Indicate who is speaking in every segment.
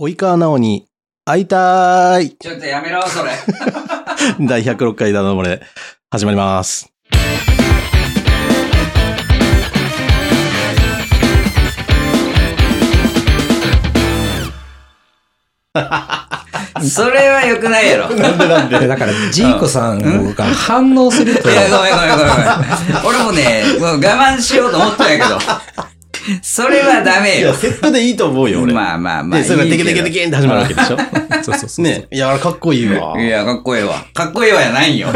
Speaker 1: 及川直に会いた ーい
Speaker 2: ちょっとやめろ、それ。
Speaker 1: 第106回だのぼれ、始まります。
Speaker 2: それは良くない やろ。いや、
Speaker 1: なんでなん
Speaker 3: いやだから、ジーコさんが反応すると
Speaker 2: ご、めんごめんごめんごめん。俺もね、もう我慢しようと思ったんやけど。それはダメ
Speaker 1: いや、
Speaker 2: よ。
Speaker 1: セットでいいと思うよ、俺。
Speaker 2: まあまあまあ。
Speaker 1: で、それ
Speaker 2: い
Speaker 1: が
Speaker 2: い
Speaker 1: テ
Speaker 2: け
Speaker 1: ケ
Speaker 2: ど
Speaker 1: テケテケンって始まるわけで しょ。
Speaker 3: そうそうそう。
Speaker 1: ね、いや、あれかっこいいわ。
Speaker 2: いや、かっこええわ。かっこええわやないよ。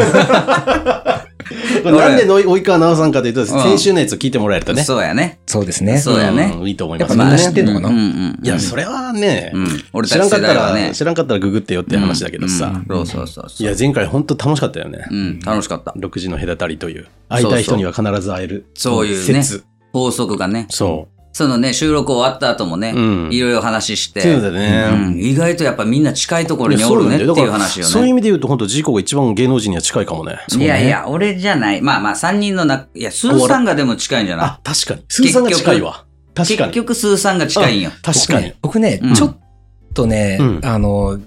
Speaker 1: これなんでの及川直さんかというと、先週のやつを聞いてもらえるとね。
Speaker 2: そうやね。
Speaker 3: そうですね。
Speaker 2: そうやね
Speaker 1: んいいと思います。
Speaker 3: やっぱみんな知ってんのかな
Speaker 2: うんうん。
Speaker 1: いや、それはね、
Speaker 2: うん。俺
Speaker 1: 知
Speaker 2: た
Speaker 1: ら
Speaker 2: ち
Speaker 1: んかっ
Speaker 2: 世
Speaker 1: た
Speaker 2: 代は
Speaker 1: ら、
Speaker 2: ね。
Speaker 1: 知らんかったらググってよって話だけどさ。
Speaker 2: そうそうそう
Speaker 1: い
Speaker 2: そう。
Speaker 1: や、前回ほんと楽しかったよね。
Speaker 2: うん、楽しかった。
Speaker 1: 6時の隔たりという。会いたい人には必ず会える。
Speaker 2: そういうね
Speaker 1: 説。
Speaker 2: 法則がね。
Speaker 1: そ
Speaker 2: そのね、収録終わった後もね、
Speaker 1: うん
Speaker 2: いろいろ話し
Speaker 1: う。
Speaker 2: て。
Speaker 1: そうだね。
Speaker 2: うん、意外とやっぱみんな近いところ
Speaker 1: い
Speaker 2: に
Speaker 1: や
Speaker 2: お
Speaker 1: そう
Speaker 2: る
Speaker 1: なん
Speaker 2: ねっ
Speaker 1: だ
Speaker 2: て
Speaker 1: よだ
Speaker 2: いう
Speaker 1: から
Speaker 2: 話よね。
Speaker 1: そういう意味で言うと、本当事故が一番芸能人には近いかもね。
Speaker 2: いやいや、俺じゃない。まあまあ、3人の中、いや、スーさんがでも近いんじゃない
Speaker 1: あ、確かに。スーさんが近いわ。確か
Speaker 2: 結
Speaker 1: に。
Speaker 2: 局、スーさんが近いんよ。
Speaker 1: 確かに。
Speaker 3: 僕ね、
Speaker 2: うん
Speaker 3: ちょっとね、
Speaker 1: うん
Speaker 3: あの、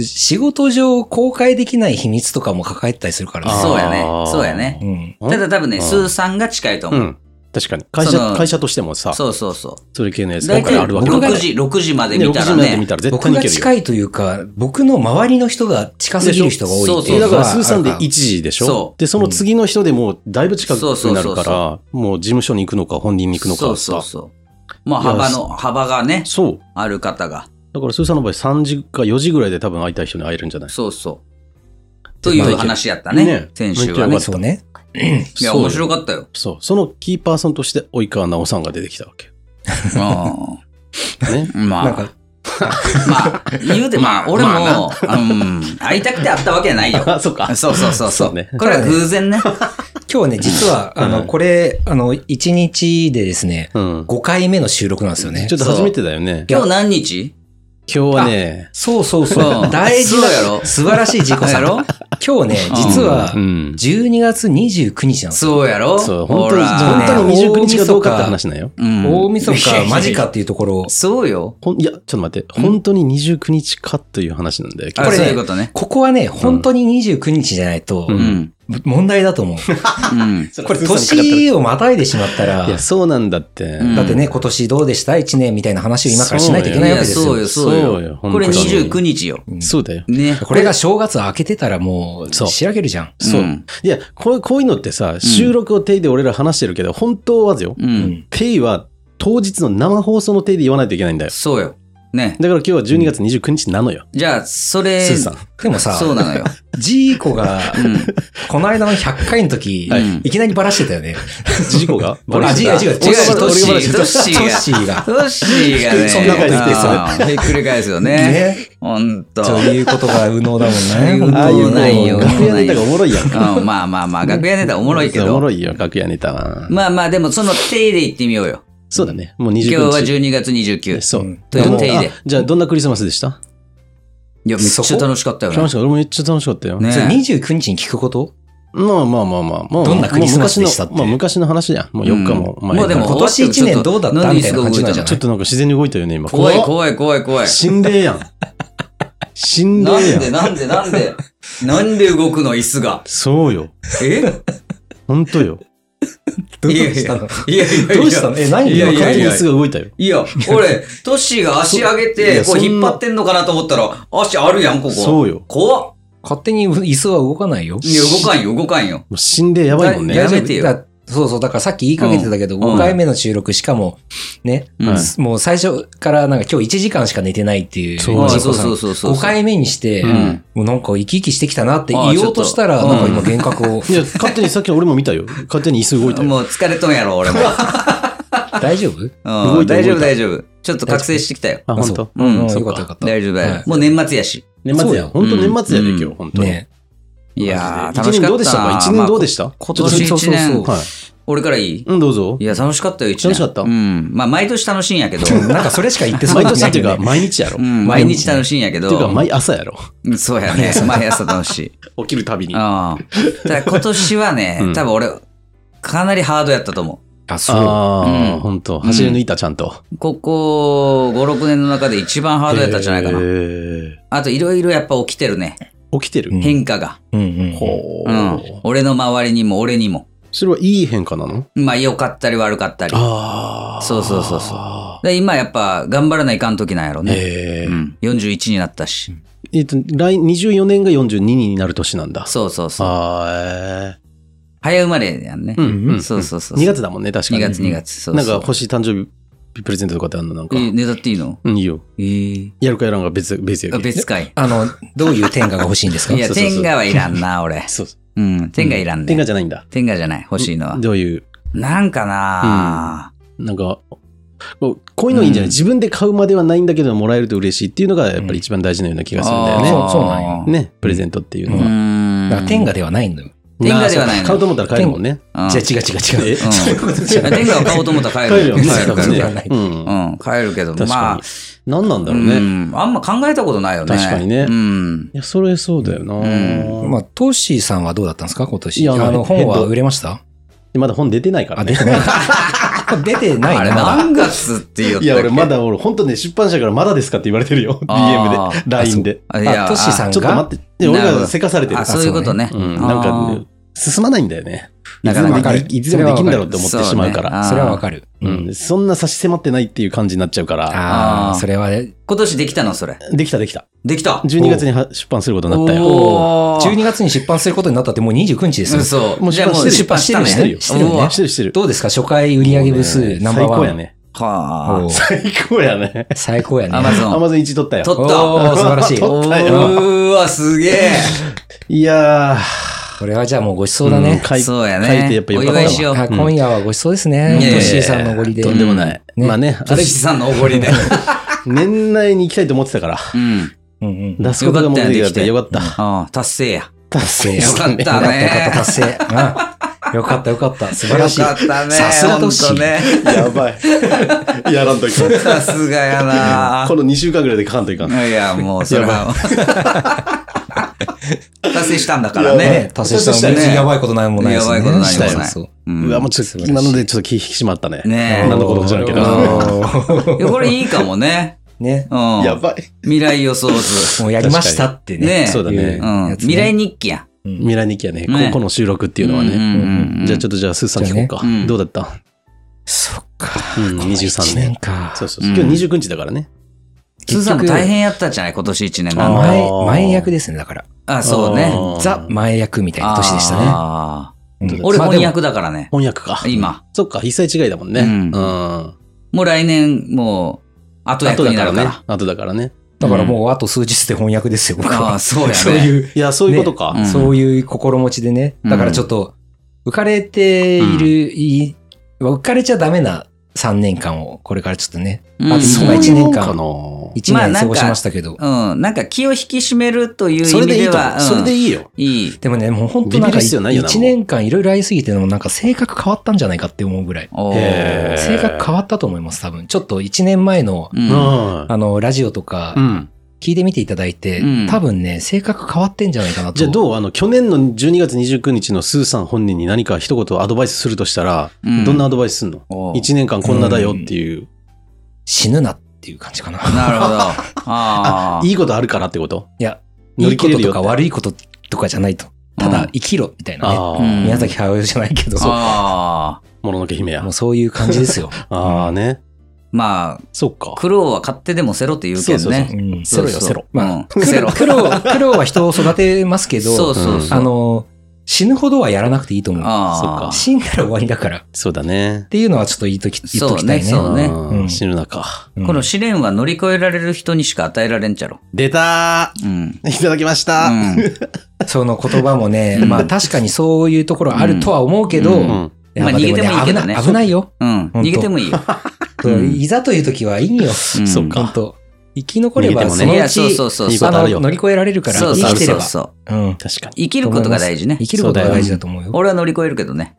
Speaker 3: 仕事上公開できない秘密とかも抱えてたりするから
Speaker 1: あ
Speaker 3: ね。
Speaker 2: そうやね
Speaker 1: あー。
Speaker 2: そうやね
Speaker 3: う。
Speaker 1: う
Speaker 3: ん。
Speaker 1: ん
Speaker 2: ただ多分ね、
Speaker 1: うん
Speaker 2: スーさんが近いと
Speaker 1: う
Speaker 2: 思う。
Speaker 1: ん。確かに。会
Speaker 2: そ
Speaker 1: 社、
Speaker 2: の
Speaker 1: 会社としてもさ、
Speaker 2: そうそうそ
Speaker 1: それ系のや
Speaker 2: う。
Speaker 1: つ
Speaker 2: だ
Speaker 1: 今
Speaker 2: いたい
Speaker 1: 回あるわけだか
Speaker 2: 6
Speaker 1: ら。
Speaker 2: 時、6時まで
Speaker 1: ね
Speaker 2: 見
Speaker 1: 6
Speaker 2: た
Speaker 1: 時
Speaker 2: ら
Speaker 1: になって見
Speaker 2: ね。
Speaker 1: たら絶対
Speaker 3: 僕
Speaker 1: にい
Speaker 3: が
Speaker 1: けるよ
Speaker 3: 近。いというか、僕の周りの人が近すぎる人が多いっていう
Speaker 1: えだ
Speaker 3: の
Speaker 1: か
Speaker 3: が
Speaker 1: ら、スーさんで1時でしょ
Speaker 2: そう
Speaker 1: で、その次の人でもう、だいぶ近く
Speaker 2: そうそ
Speaker 1: に
Speaker 2: う
Speaker 1: な
Speaker 2: そ
Speaker 1: る
Speaker 2: うそ
Speaker 1: か
Speaker 2: う
Speaker 1: ら、もう事務所に行くのか、本人に行くの
Speaker 2: そ
Speaker 1: か
Speaker 2: うそう
Speaker 1: さ。
Speaker 2: そう。まあ、幅の、幅がね、
Speaker 1: そう。
Speaker 2: ある方が。
Speaker 1: だから、スーさんの場合、3時か4時ぐらいで多分会いたい人に会えるんじゃない
Speaker 2: そうそう。という話やったね
Speaker 1: ね。
Speaker 2: 先週
Speaker 1: よ
Speaker 2: は
Speaker 1: か
Speaker 2: ね
Speaker 1: っ。た
Speaker 3: そうね。
Speaker 2: いや、
Speaker 1: そう
Speaker 2: 面白かったよ。
Speaker 1: そう。そのキーパーソンとして、及川直さんが出てきたわけ。
Speaker 2: う
Speaker 1: ね。
Speaker 2: んま
Speaker 3: な
Speaker 2: あ
Speaker 3: ん。か、
Speaker 2: まあ、言うて、まあ、俺
Speaker 1: まあ
Speaker 2: も、うん、会いたくて会ったわけじゃないよ。
Speaker 1: あ、 そっか。
Speaker 2: そうそうそ
Speaker 1: そ
Speaker 2: う。そう
Speaker 1: ね
Speaker 2: うこれは偶然ね。
Speaker 3: 今日はね、実は、あの、これ、あの、1日でですね、
Speaker 1: うん。
Speaker 3: 5回目の収録なんですよね
Speaker 1: ちょ。っと初めてだよね。
Speaker 2: 今日何日
Speaker 1: 今日はね、
Speaker 3: そうそう
Speaker 2: う
Speaker 3: そう。
Speaker 2: ん
Speaker 3: 大事な
Speaker 2: そうやろ
Speaker 3: 素晴らしい自己
Speaker 2: や
Speaker 3: さん。
Speaker 2: ろ
Speaker 3: 今日ね、実は
Speaker 1: う、ん。
Speaker 3: 12月29日なんですよ。
Speaker 2: そうやろ
Speaker 1: そう、本当に、
Speaker 2: ほら
Speaker 1: 本当の
Speaker 3: ね
Speaker 1: 29日がどうかって話なんよ。
Speaker 2: うん、
Speaker 3: 大晦日、マジかっていうところを
Speaker 2: そうよ。
Speaker 1: ほん、いや、ちょっと待って、本当に29日かという話なんだよ。
Speaker 2: あ
Speaker 3: これ
Speaker 2: そう
Speaker 3: ね
Speaker 2: いうことね。
Speaker 3: ここはね、本当に29日じゃないと
Speaker 1: う
Speaker 2: う、ん。
Speaker 3: 問題だと思う。
Speaker 2: うん。
Speaker 1: こ
Speaker 3: これ、年をまたいでしまったら、
Speaker 1: いや、
Speaker 3: だ
Speaker 1: そうなんだって。
Speaker 2: ん
Speaker 3: ってね、今年どうでした ?1 年みたいな話を今からしないといけないわけです
Speaker 2: そう
Speaker 3: よ。
Speaker 2: よ、そう
Speaker 1: そうよ
Speaker 2: よ。
Speaker 1: 本
Speaker 2: こ
Speaker 1: 当に
Speaker 2: れ29日よ。
Speaker 1: そうだよ。
Speaker 2: ね。
Speaker 3: これが正月明けてたらもう、
Speaker 1: そう
Speaker 3: 仕上げるじゃん。
Speaker 1: そう。
Speaker 2: うん
Speaker 1: いや、こうこういうのってさ、収録を手で俺ら話してるけど、本当はですよ。
Speaker 2: うん。
Speaker 1: 手は当日の生放送の手で言わないといけないんだよ。
Speaker 2: そうよ。ね。
Speaker 1: だから今日は12月29日なのよ。
Speaker 2: じ ゃあ、それ、
Speaker 1: スーさん。
Speaker 3: でもさ、
Speaker 2: そうなのよ。
Speaker 3: ジーコが、
Speaker 2: うん。
Speaker 3: この間の100回の時
Speaker 2: はい、
Speaker 3: いきなりバラしてたよね。
Speaker 1: 事故が
Speaker 3: あ、違う違う違う、
Speaker 2: 違う違う
Speaker 3: トッシ
Speaker 2: 俺
Speaker 3: ー
Speaker 2: が
Speaker 3: トッ
Speaker 2: バラしてた
Speaker 3: シーが。
Speaker 2: トッシーがね、
Speaker 1: そんなこと言ってた
Speaker 2: あーひっくり返すよね。
Speaker 3: ね。
Speaker 2: ほんと。
Speaker 3: ということが右脳だもんね。
Speaker 2: 右脳
Speaker 1: ああいう
Speaker 2: な
Speaker 1: 内容
Speaker 2: いよ
Speaker 1: 楽屋ネタがおもろいやんか。
Speaker 2: うん、まあまあまあ、楽屋ネタおもろいけ
Speaker 1: おも
Speaker 2: ど。
Speaker 1: ろいよ、楽屋ネタは。
Speaker 2: まあまあ、でもその手で言ってみようよ。
Speaker 1: そうだね。もう29日。
Speaker 2: 今日は12月29。
Speaker 1: そう。
Speaker 3: うん
Speaker 2: という手入れ
Speaker 1: あじゃあ、どんなクリスマスでした
Speaker 2: いや、めっちゃ楽しかったよ
Speaker 1: 楽
Speaker 2: ね。
Speaker 1: しかった。俺もめっちゃ楽しかったよ。
Speaker 2: ね
Speaker 3: それ29日に聞くこと
Speaker 1: まあまあまあまあ。まあ、
Speaker 3: どんなクリスマスでしたって
Speaker 1: もう昔のまあ、昔の話じゃん。もう4日も前
Speaker 2: もうでも
Speaker 3: 今年一年どうだったみたいな感じなんじゃな
Speaker 1: ちょっとなんか自然に動いたよね、今。
Speaker 2: 怖い怖い怖い怖い。
Speaker 1: 心霊やん。心
Speaker 2: な
Speaker 1: 霊や
Speaker 2: ん
Speaker 1: ん
Speaker 2: で。なんでなんでなんで動くの椅子が。
Speaker 1: そうよ。
Speaker 2: え
Speaker 1: ほんとよ。
Speaker 3: どう
Speaker 2: いやい
Speaker 3: し
Speaker 2: や
Speaker 3: たの
Speaker 2: いやいやいや
Speaker 3: どうしたのえ、何
Speaker 2: いやい
Speaker 1: 今、
Speaker 2: や
Speaker 1: 勝手に椅子が動いたよ。
Speaker 2: いや、俺、トッシーが足上げ
Speaker 1: い
Speaker 2: て、
Speaker 1: や
Speaker 2: こ
Speaker 1: そん
Speaker 2: う
Speaker 1: な
Speaker 2: 引っ張ってんのかなと思ったら、足あるやん、ここ。
Speaker 1: そうよ。
Speaker 2: 怖っ。
Speaker 3: 勝手に椅子は動かないよ。
Speaker 2: いや、動かんよ、動かんよ。
Speaker 1: もう心霊やばいもん
Speaker 2: いや
Speaker 1: ね。
Speaker 2: やめてよ
Speaker 3: 大丈夫だそうそう、だからさっき言いかけてたけど、
Speaker 2: うん
Speaker 3: 5回目の収録、しかも、ね、
Speaker 2: うん
Speaker 1: はい
Speaker 3: もう最初からなんか今日1時間しか寝てないっていう、
Speaker 1: そう
Speaker 3: ジ
Speaker 2: あ
Speaker 3: ー
Speaker 2: そ
Speaker 3: コ
Speaker 2: う
Speaker 3: さん
Speaker 2: そうそうそう。
Speaker 3: 5回目にして、
Speaker 2: ん
Speaker 3: もうなんか生き生きしてきたなって
Speaker 2: あ
Speaker 3: 言おうとしたら、
Speaker 2: ちょっと
Speaker 3: なんか今幻覚 を、
Speaker 1: いや、勝手にさっき俺も見たよ。勝手に椅子動いたよ。
Speaker 2: もう疲れとんやろ、俺も。
Speaker 3: 大丈夫
Speaker 2: う
Speaker 1: 動い
Speaker 2: ん
Speaker 1: た
Speaker 2: 大
Speaker 1: 動いた
Speaker 2: 丈夫、大丈夫。ちょっと覚醒してきたよ。
Speaker 1: あ、
Speaker 3: あ
Speaker 1: ほ
Speaker 3: そ
Speaker 1: ん
Speaker 3: う
Speaker 1: と。
Speaker 2: う
Speaker 3: うんん、
Speaker 1: そっ
Speaker 3: よ
Speaker 1: か
Speaker 3: かったよかった。
Speaker 2: 大丈夫、大
Speaker 3: は
Speaker 2: 丈
Speaker 3: い
Speaker 2: 夫。もう年末やし。
Speaker 1: 年末
Speaker 3: そう
Speaker 1: や。
Speaker 3: よ
Speaker 1: ほんと年末やで、
Speaker 2: うん
Speaker 1: 今日、ほんと。
Speaker 3: ね
Speaker 2: いやー、
Speaker 1: 一
Speaker 2: 楽
Speaker 1: 年
Speaker 2: しか
Speaker 1: ど
Speaker 2: ったな。
Speaker 1: うでしたか一年どうで
Speaker 2: し
Speaker 1: した
Speaker 2: 今
Speaker 3: ちょ
Speaker 2: 年
Speaker 3: っと
Speaker 2: 一
Speaker 3: そうそう
Speaker 2: 年
Speaker 3: そ、
Speaker 1: はい。
Speaker 2: 俺からいい
Speaker 1: うん、どうぞ
Speaker 2: い。や、楽しかったよ、一年。
Speaker 1: 楽しかった
Speaker 2: うん。まあ、毎年楽しいん やけど、
Speaker 3: なんかそれしか言ってそ
Speaker 1: 毎
Speaker 3: う な
Speaker 1: 年
Speaker 3: な
Speaker 1: っ
Speaker 3: い
Speaker 1: てい
Speaker 3: よ
Speaker 1: うか、
Speaker 3: ね。
Speaker 1: 毎日やろ。
Speaker 2: う
Speaker 1: っ
Speaker 2: ん、毎日楽しいんやけど
Speaker 1: ていう、か、毎朝やろ。
Speaker 2: うんそうやね。毎朝 楽しい。
Speaker 1: 起きるたびに。
Speaker 2: ああ。ただ今年はね
Speaker 1: うん、
Speaker 2: 多分俺、かなりハードやったと思う。
Speaker 3: あ、そう。
Speaker 1: あ
Speaker 2: う
Speaker 1: あ、
Speaker 2: ん
Speaker 1: 本当走り抜いた、ちゃんと。
Speaker 2: ここ5、6年の中で一番ハードやったんじゃないかな。
Speaker 1: へー
Speaker 2: あといろいろやっぱ起きてるね。
Speaker 1: 起きてる
Speaker 3: うん
Speaker 2: 変化が。
Speaker 3: うんうん。
Speaker 1: ほ
Speaker 2: うん。俺の周りにも俺にも。
Speaker 1: それはいい変化なの
Speaker 2: まあ良かったり悪かったり。
Speaker 1: あ
Speaker 2: そうそうそうそう
Speaker 1: そ
Speaker 2: で今やっぱ頑張らないかん時なんやろね。
Speaker 1: え
Speaker 2: うん。41になったし。
Speaker 1: えっと、来、24年が42になる年なんだ。
Speaker 2: そうそうそう。
Speaker 1: ああ、
Speaker 2: 早生まれやんね
Speaker 1: え。ー。うん、うん。
Speaker 2: そうそうそう。
Speaker 1: 2月だもんね、確か
Speaker 2: 2
Speaker 1: に。
Speaker 2: 月2月。そう
Speaker 1: なんか
Speaker 2: そう
Speaker 1: 欲しい誕生日プレゼントとかってあんのなんか。
Speaker 2: えねだっていいの
Speaker 1: うん、いいよ。
Speaker 2: ええ。
Speaker 1: やるかやらんか別、別やけ
Speaker 2: あ
Speaker 1: ど
Speaker 2: 別かい。
Speaker 3: あの、どういう天下が欲しいんですか
Speaker 2: いや、
Speaker 1: そうそうそう
Speaker 2: 天下はいら んな、俺。
Speaker 1: そうそう。
Speaker 2: うん。天下いらん
Speaker 1: 天
Speaker 2: ね
Speaker 1: 下。じゃないんだ。
Speaker 2: 天下じゃない。欲しいのは。
Speaker 1: どういう、
Speaker 2: なんかな
Speaker 1: なんか、こうこういうのいいんじゃない、
Speaker 2: うん
Speaker 1: 自分で買うまではないんだけど、もらえると嬉しいっていうのがやっぱり一番大事なような気がするんだよね。
Speaker 3: あーそうそうなんよ
Speaker 1: ね、プレゼントっていうの
Speaker 2: う
Speaker 1: は。
Speaker 2: ん。
Speaker 3: だから天下ではないのよ。
Speaker 2: 天下ではないの
Speaker 1: 買うと思ったら買えるもんね。
Speaker 2: うん
Speaker 3: じゃあ違 う違う違う。
Speaker 2: うん
Speaker 3: そういうことじゃない。
Speaker 2: 天下を買おうと思ったら
Speaker 1: 買
Speaker 2: 帰
Speaker 1: え
Speaker 2: る
Speaker 1: る
Speaker 2: よ。
Speaker 1: よね。
Speaker 3: 買える
Speaker 1: 確かに
Speaker 3: 買え
Speaker 1: う
Speaker 3: る
Speaker 1: ん。
Speaker 2: うん、帰るけど、
Speaker 1: 確
Speaker 2: まあ
Speaker 1: か、に。何なんだろうね。
Speaker 2: う
Speaker 1: い
Speaker 2: ん、あんま考えたことないよね。
Speaker 1: 確かにね
Speaker 2: うん。
Speaker 1: や、それそうだよな。
Speaker 2: う
Speaker 3: まあ、トッシーさんはどうだったんですか今
Speaker 1: い
Speaker 3: 年。
Speaker 1: や
Speaker 3: あ
Speaker 1: あの
Speaker 3: の、
Speaker 1: ヘ
Speaker 3: 本
Speaker 1: ッド
Speaker 3: は売れました
Speaker 1: まだ本出てないから
Speaker 3: あ、
Speaker 1: ね
Speaker 3: 出。て ない。出てない
Speaker 2: あれ
Speaker 3: な、まだ。
Speaker 2: 何月って言ったっ
Speaker 1: い
Speaker 2: け
Speaker 1: や、俺まだ、俺、本当ね、出版社からまだですかって言われてるよ。DM
Speaker 2: あ
Speaker 1: で
Speaker 2: ー、
Speaker 1: LINE で。
Speaker 2: あいや
Speaker 3: あトッシーさん
Speaker 1: ちょっと待って、で
Speaker 2: なる
Speaker 1: 俺
Speaker 2: ほど
Speaker 1: がせかされてる
Speaker 2: あ、そういうことね。
Speaker 1: うん、なん
Speaker 2: あ
Speaker 1: か
Speaker 2: ー
Speaker 1: ね、進まないんだよね。い
Speaker 2: な
Speaker 1: つ
Speaker 2: かなか
Speaker 1: ま
Speaker 3: わか
Speaker 1: で
Speaker 3: る
Speaker 1: いつでもできるんだろうって思ってしまうか
Speaker 2: そうね
Speaker 1: ら。
Speaker 2: あー
Speaker 3: それはわかる。
Speaker 1: う
Speaker 3: うん。
Speaker 1: ん、そんな差し迫ってないっていう感じになっちゃうから、
Speaker 3: あ
Speaker 2: あ
Speaker 3: あ、
Speaker 2: ー
Speaker 3: それはね、
Speaker 2: 今年できたのそれ。
Speaker 1: できたできた。
Speaker 2: できた
Speaker 1: 12月には出版することになったよ。
Speaker 2: おー
Speaker 3: 12月に出版することになったってもう29日ですよ。
Speaker 2: そう。
Speaker 1: もう
Speaker 2: じゃ
Speaker 1: 出
Speaker 2: あ
Speaker 1: 版
Speaker 2: も
Speaker 1: して
Speaker 2: う
Speaker 1: る
Speaker 2: 出版したの
Speaker 1: してるよ。してる
Speaker 2: う
Speaker 1: よ
Speaker 2: わ
Speaker 1: してるしてる。
Speaker 3: どうですか初回売上部数ナンバー
Speaker 1: 最高
Speaker 3: ワ
Speaker 1: や
Speaker 3: ン。
Speaker 1: ね。
Speaker 2: はあ。
Speaker 1: 最高やね。
Speaker 3: 最高やね。
Speaker 2: アマゾ
Speaker 1: ア
Speaker 2: ン。
Speaker 1: マゾン1取ったよ。
Speaker 2: 取
Speaker 3: お
Speaker 2: っ
Speaker 3: ー
Speaker 2: た。
Speaker 3: 素晴らしい。
Speaker 1: 取ったよ。
Speaker 2: うーわ、す げえ。
Speaker 1: いやー、
Speaker 3: これはじゃあもうごちそうだね。
Speaker 1: 書い
Speaker 2: そうやね。
Speaker 1: 書いてやっぱよかったわ
Speaker 2: お祝いしよう。
Speaker 3: あ今夜はごちそうですね。
Speaker 2: うん
Speaker 3: トッシーさんのおごりで。
Speaker 1: とんでもない。
Speaker 3: ね
Speaker 1: まあね、あ
Speaker 2: ト
Speaker 1: れ
Speaker 2: シ、さんのお ごりで。
Speaker 1: 年内に行きたいと思ってたから、
Speaker 2: うん。
Speaker 3: うんうん。
Speaker 1: 出すことがもうできたってよ
Speaker 2: よ
Speaker 1: かった。
Speaker 2: ああ、達成や。
Speaker 1: 達
Speaker 3: 成
Speaker 2: よかったね。
Speaker 3: よかった、達成。うんよかった、よかった。素晴らしい。
Speaker 2: よかったね。
Speaker 3: さすがトッシー
Speaker 2: ほんとね。
Speaker 1: やばい。やらんといかん。
Speaker 2: さすがやな
Speaker 1: こ。の2週間ぐらいで書かんといかん。
Speaker 2: いや、もうそれは。達成したんだから
Speaker 1: いや
Speaker 2: ね
Speaker 1: ね。
Speaker 3: 達成したら別にやばいことないもんないですね。
Speaker 2: やばいことない
Speaker 1: もんない
Speaker 3: そうそう
Speaker 2: う
Speaker 1: うんわ、もうちょっと、今のでちょっと気引き締まったね。
Speaker 2: ねえ
Speaker 1: 何のことか知らんけど。
Speaker 3: ど。
Speaker 2: いやこれいいかもね。
Speaker 3: ね。
Speaker 2: うん。
Speaker 1: やばい。
Speaker 2: 未来予想図。
Speaker 3: もうやりましたってね。
Speaker 2: ねえ
Speaker 1: そうだね
Speaker 2: う。
Speaker 3: や
Speaker 2: ん。
Speaker 3: つね
Speaker 2: 未来日記や。っ
Speaker 1: 未来日記やね。
Speaker 2: ね
Speaker 1: ここの収録っていうのはね。じゃあちょっとじゃあ、スーさん聞こうか
Speaker 2: じゃあねう。ん
Speaker 1: どうだった
Speaker 3: そっか。
Speaker 1: うん、23
Speaker 3: 1
Speaker 1: 年
Speaker 3: 年。か。
Speaker 1: そうそうそう。今
Speaker 2: うん
Speaker 1: 日29日だからね。
Speaker 2: スーさんも
Speaker 3: 結局
Speaker 2: 大変やったんじゃない今年一年
Speaker 3: あ
Speaker 2: なんか。
Speaker 1: あー
Speaker 3: 前、前役ですね、だから。
Speaker 2: あ、そうね。
Speaker 1: あー
Speaker 3: ザ前役みたいな年でしたね
Speaker 2: あ
Speaker 3: うん
Speaker 1: 本当。だ
Speaker 2: ー俺
Speaker 3: まあで
Speaker 2: 翻
Speaker 3: も
Speaker 2: 訳だからね。
Speaker 1: 翻訳か。
Speaker 2: 今。
Speaker 1: そっか、一切違いだもんね。う
Speaker 2: うんん。もう来年、もう、後
Speaker 1: 後
Speaker 2: 役
Speaker 1: だ
Speaker 2: に
Speaker 1: か
Speaker 2: な
Speaker 1: ら
Speaker 2: るか
Speaker 1: ね
Speaker 2: ら。。
Speaker 1: 後だからね。
Speaker 3: だからもうあと数日で翻訳ですよ、僕
Speaker 2: あ
Speaker 3: は
Speaker 2: あ、。そうやね。
Speaker 3: そういう、
Speaker 1: いや、そういうことか
Speaker 2: ね。うん
Speaker 3: そういう心持ちでね。だからちょっと、浮かれている、いい浮かれちゃダメな3年間を、これからちょっとね、
Speaker 2: うん
Speaker 3: あと
Speaker 1: そ
Speaker 3: 今
Speaker 1: うい
Speaker 3: 1
Speaker 1: うも
Speaker 3: 年
Speaker 1: んか
Speaker 3: 間、
Speaker 1: な。
Speaker 3: 1年過ごしましたけど。
Speaker 2: うん、なんか気を引き締めるという
Speaker 1: そ
Speaker 2: 意
Speaker 1: れ
Speaker 2: 味
Speaker 1: でいい
Speaker 2: で
Speaker 1: と
Speaker 2: は、
Speaker 1: 思う。それでいいよ。
Speaker 2: うんいい。
Speaker 3: でもね、もう本当なん
Speaker 1: ビビ
Speaker 3: か
Speaker 1: る必要ないよな
Speaker 3: 1
Speaker 1: もう
Speaker 3: 年間いろいろ会いすぎてのもなんか性格変わったんじゃないかって思うぐらい。
Speaker 2: お
Speaker 1: へ
Speaker 2: ー
Speaker 1: え
Speaker 3: 性格変わったと思います、多分。ちょっと1年前の、
Speaker 2: うん
Speaker 1: うん。
Speaker 3: あの、ラジオとか
Speaker 1: う、ん。
Speaker 3: 聞いてみていただいて、
Speaker 2: うん
Speaker 3: 多分ね、性格変わってんじゃないかなと。
Speaker 1: じゃあどうあの、去年の12月29日のスーさん本人に何か一言アドバイスするとしたら、
Speaker 2: うん
Speaker 1: どんなアドバイスすんの
Speaker 2: おー
Speaker 1: ?1 年間こんなだよっていう。
Speaker 3: 死ぬなっていう感じかな。
Speaker 2: なるほど。あ
Speaker 1: あ、いいことあるからってこと
Speaker 3: いや、
Speaker 1: 乗 り
Speaker 3: いい
Speaker 1: 切
Speaker 3: こ
Speaker 1: れ
Speaker 3: と
Speaker 1: るよ
Speaker 3: と
Speaker 1: って
Speaker 3: か悪いこととかじゃないと。ただ、生きろ、みたいなね。
Speaker 1: あ
Speaker 2: う
Speaker 1: あ
Speaker 2: ん、
Speaker 3: 宮崎駿じゃないけど、も
Speaker 2: ああー。
Speaker 1: もののけ姫や
Speaker 3: う。そういう感じですよ。
Speaker 1: ああね。
Speaker 2: まあ、
Speaker 1: そっか。
Speaker 2: 苦労は買ってでもせろって言うけど
Speaker 3: う
Speaker 2: ね。
Speaker 3: ん
Speaker 1: そうそうセロよセロ
Speaker 2: ま
Speaker 3: ま
Speaker 2: あ、セロ。
Speaker 3: 苦労、苦労は人を育てますけど、
Speaker 2: そうそうそう。
Speaker 3: あの、死ぬほどはやらなくていいと思う。
Speaker 2: ああ。
Speaker 3: 死んだら終わりだから。っ
Speaker 1: そうだね。
Speaker 3: ていうのはちょっと言いとき、言っときたいね。
Speaker 2: そうね
Speaker 1: うん
Speaker 3: うん
Speaker 1: 死ぬ中。
Speaker 3: うん
Speaker 2: この試練は乗り越えられる人にしか与えられんちゃろ。
Speaker 1: 出た
Speaker 2: うん。
Speaker 1: ーいただきました
Speaker 2: うん
Speaker 3: その言葉もね、まあ確かにそういうところあるとは思うけど、
Speaker 2: うん
Speaker 1: うん。
Speaker 3: やっぱ
Speaker 2: まあ
Speaker 3: で
Speaker 2: 逃げてもいいけどね
Speaker 3: 危ない危ないよ。
Speaker 2: うん。
Speaker 3: 当
Speaker 2: 逃げてもいいよ。
Speaker 3: そういざという時はいいよ。
Speaker 2: うん
Speaker 1: そうか
Speaker 3: 本当生き残れ
Speaker 1: 逃げ
Speaker 3: ば
Speaker 1: ても
Speaker 3: そ
Speaker 1: ね
Speaker 3: の
Speaker 2: いうや、
Speaker 3: ち、
Speaker 2: そうそうそう
Speaker 1: いい
Speaker 2: そ
Speaker 1: こ
Speaker 2: う。
Speaker 3: あ
Speaker 1: とあるよ
Speaker 3: の乗り越えられるから
Speaker 2: そう
Speaker 3: 生
Speaker 2: そ
Speaker 3: き
Speaker 2: う
Speaker 3: てれ
Speaker 2: そう
Speaker 3: ば
Speaker 2: そう。
Speaker 3: うん
Speaker 1: 確かに。
Speaker 2: 生きることが大事ね
Speaker 3: 生。きることが大事だと思うよ
Speaker 2: 俺は乗り越えるけどね。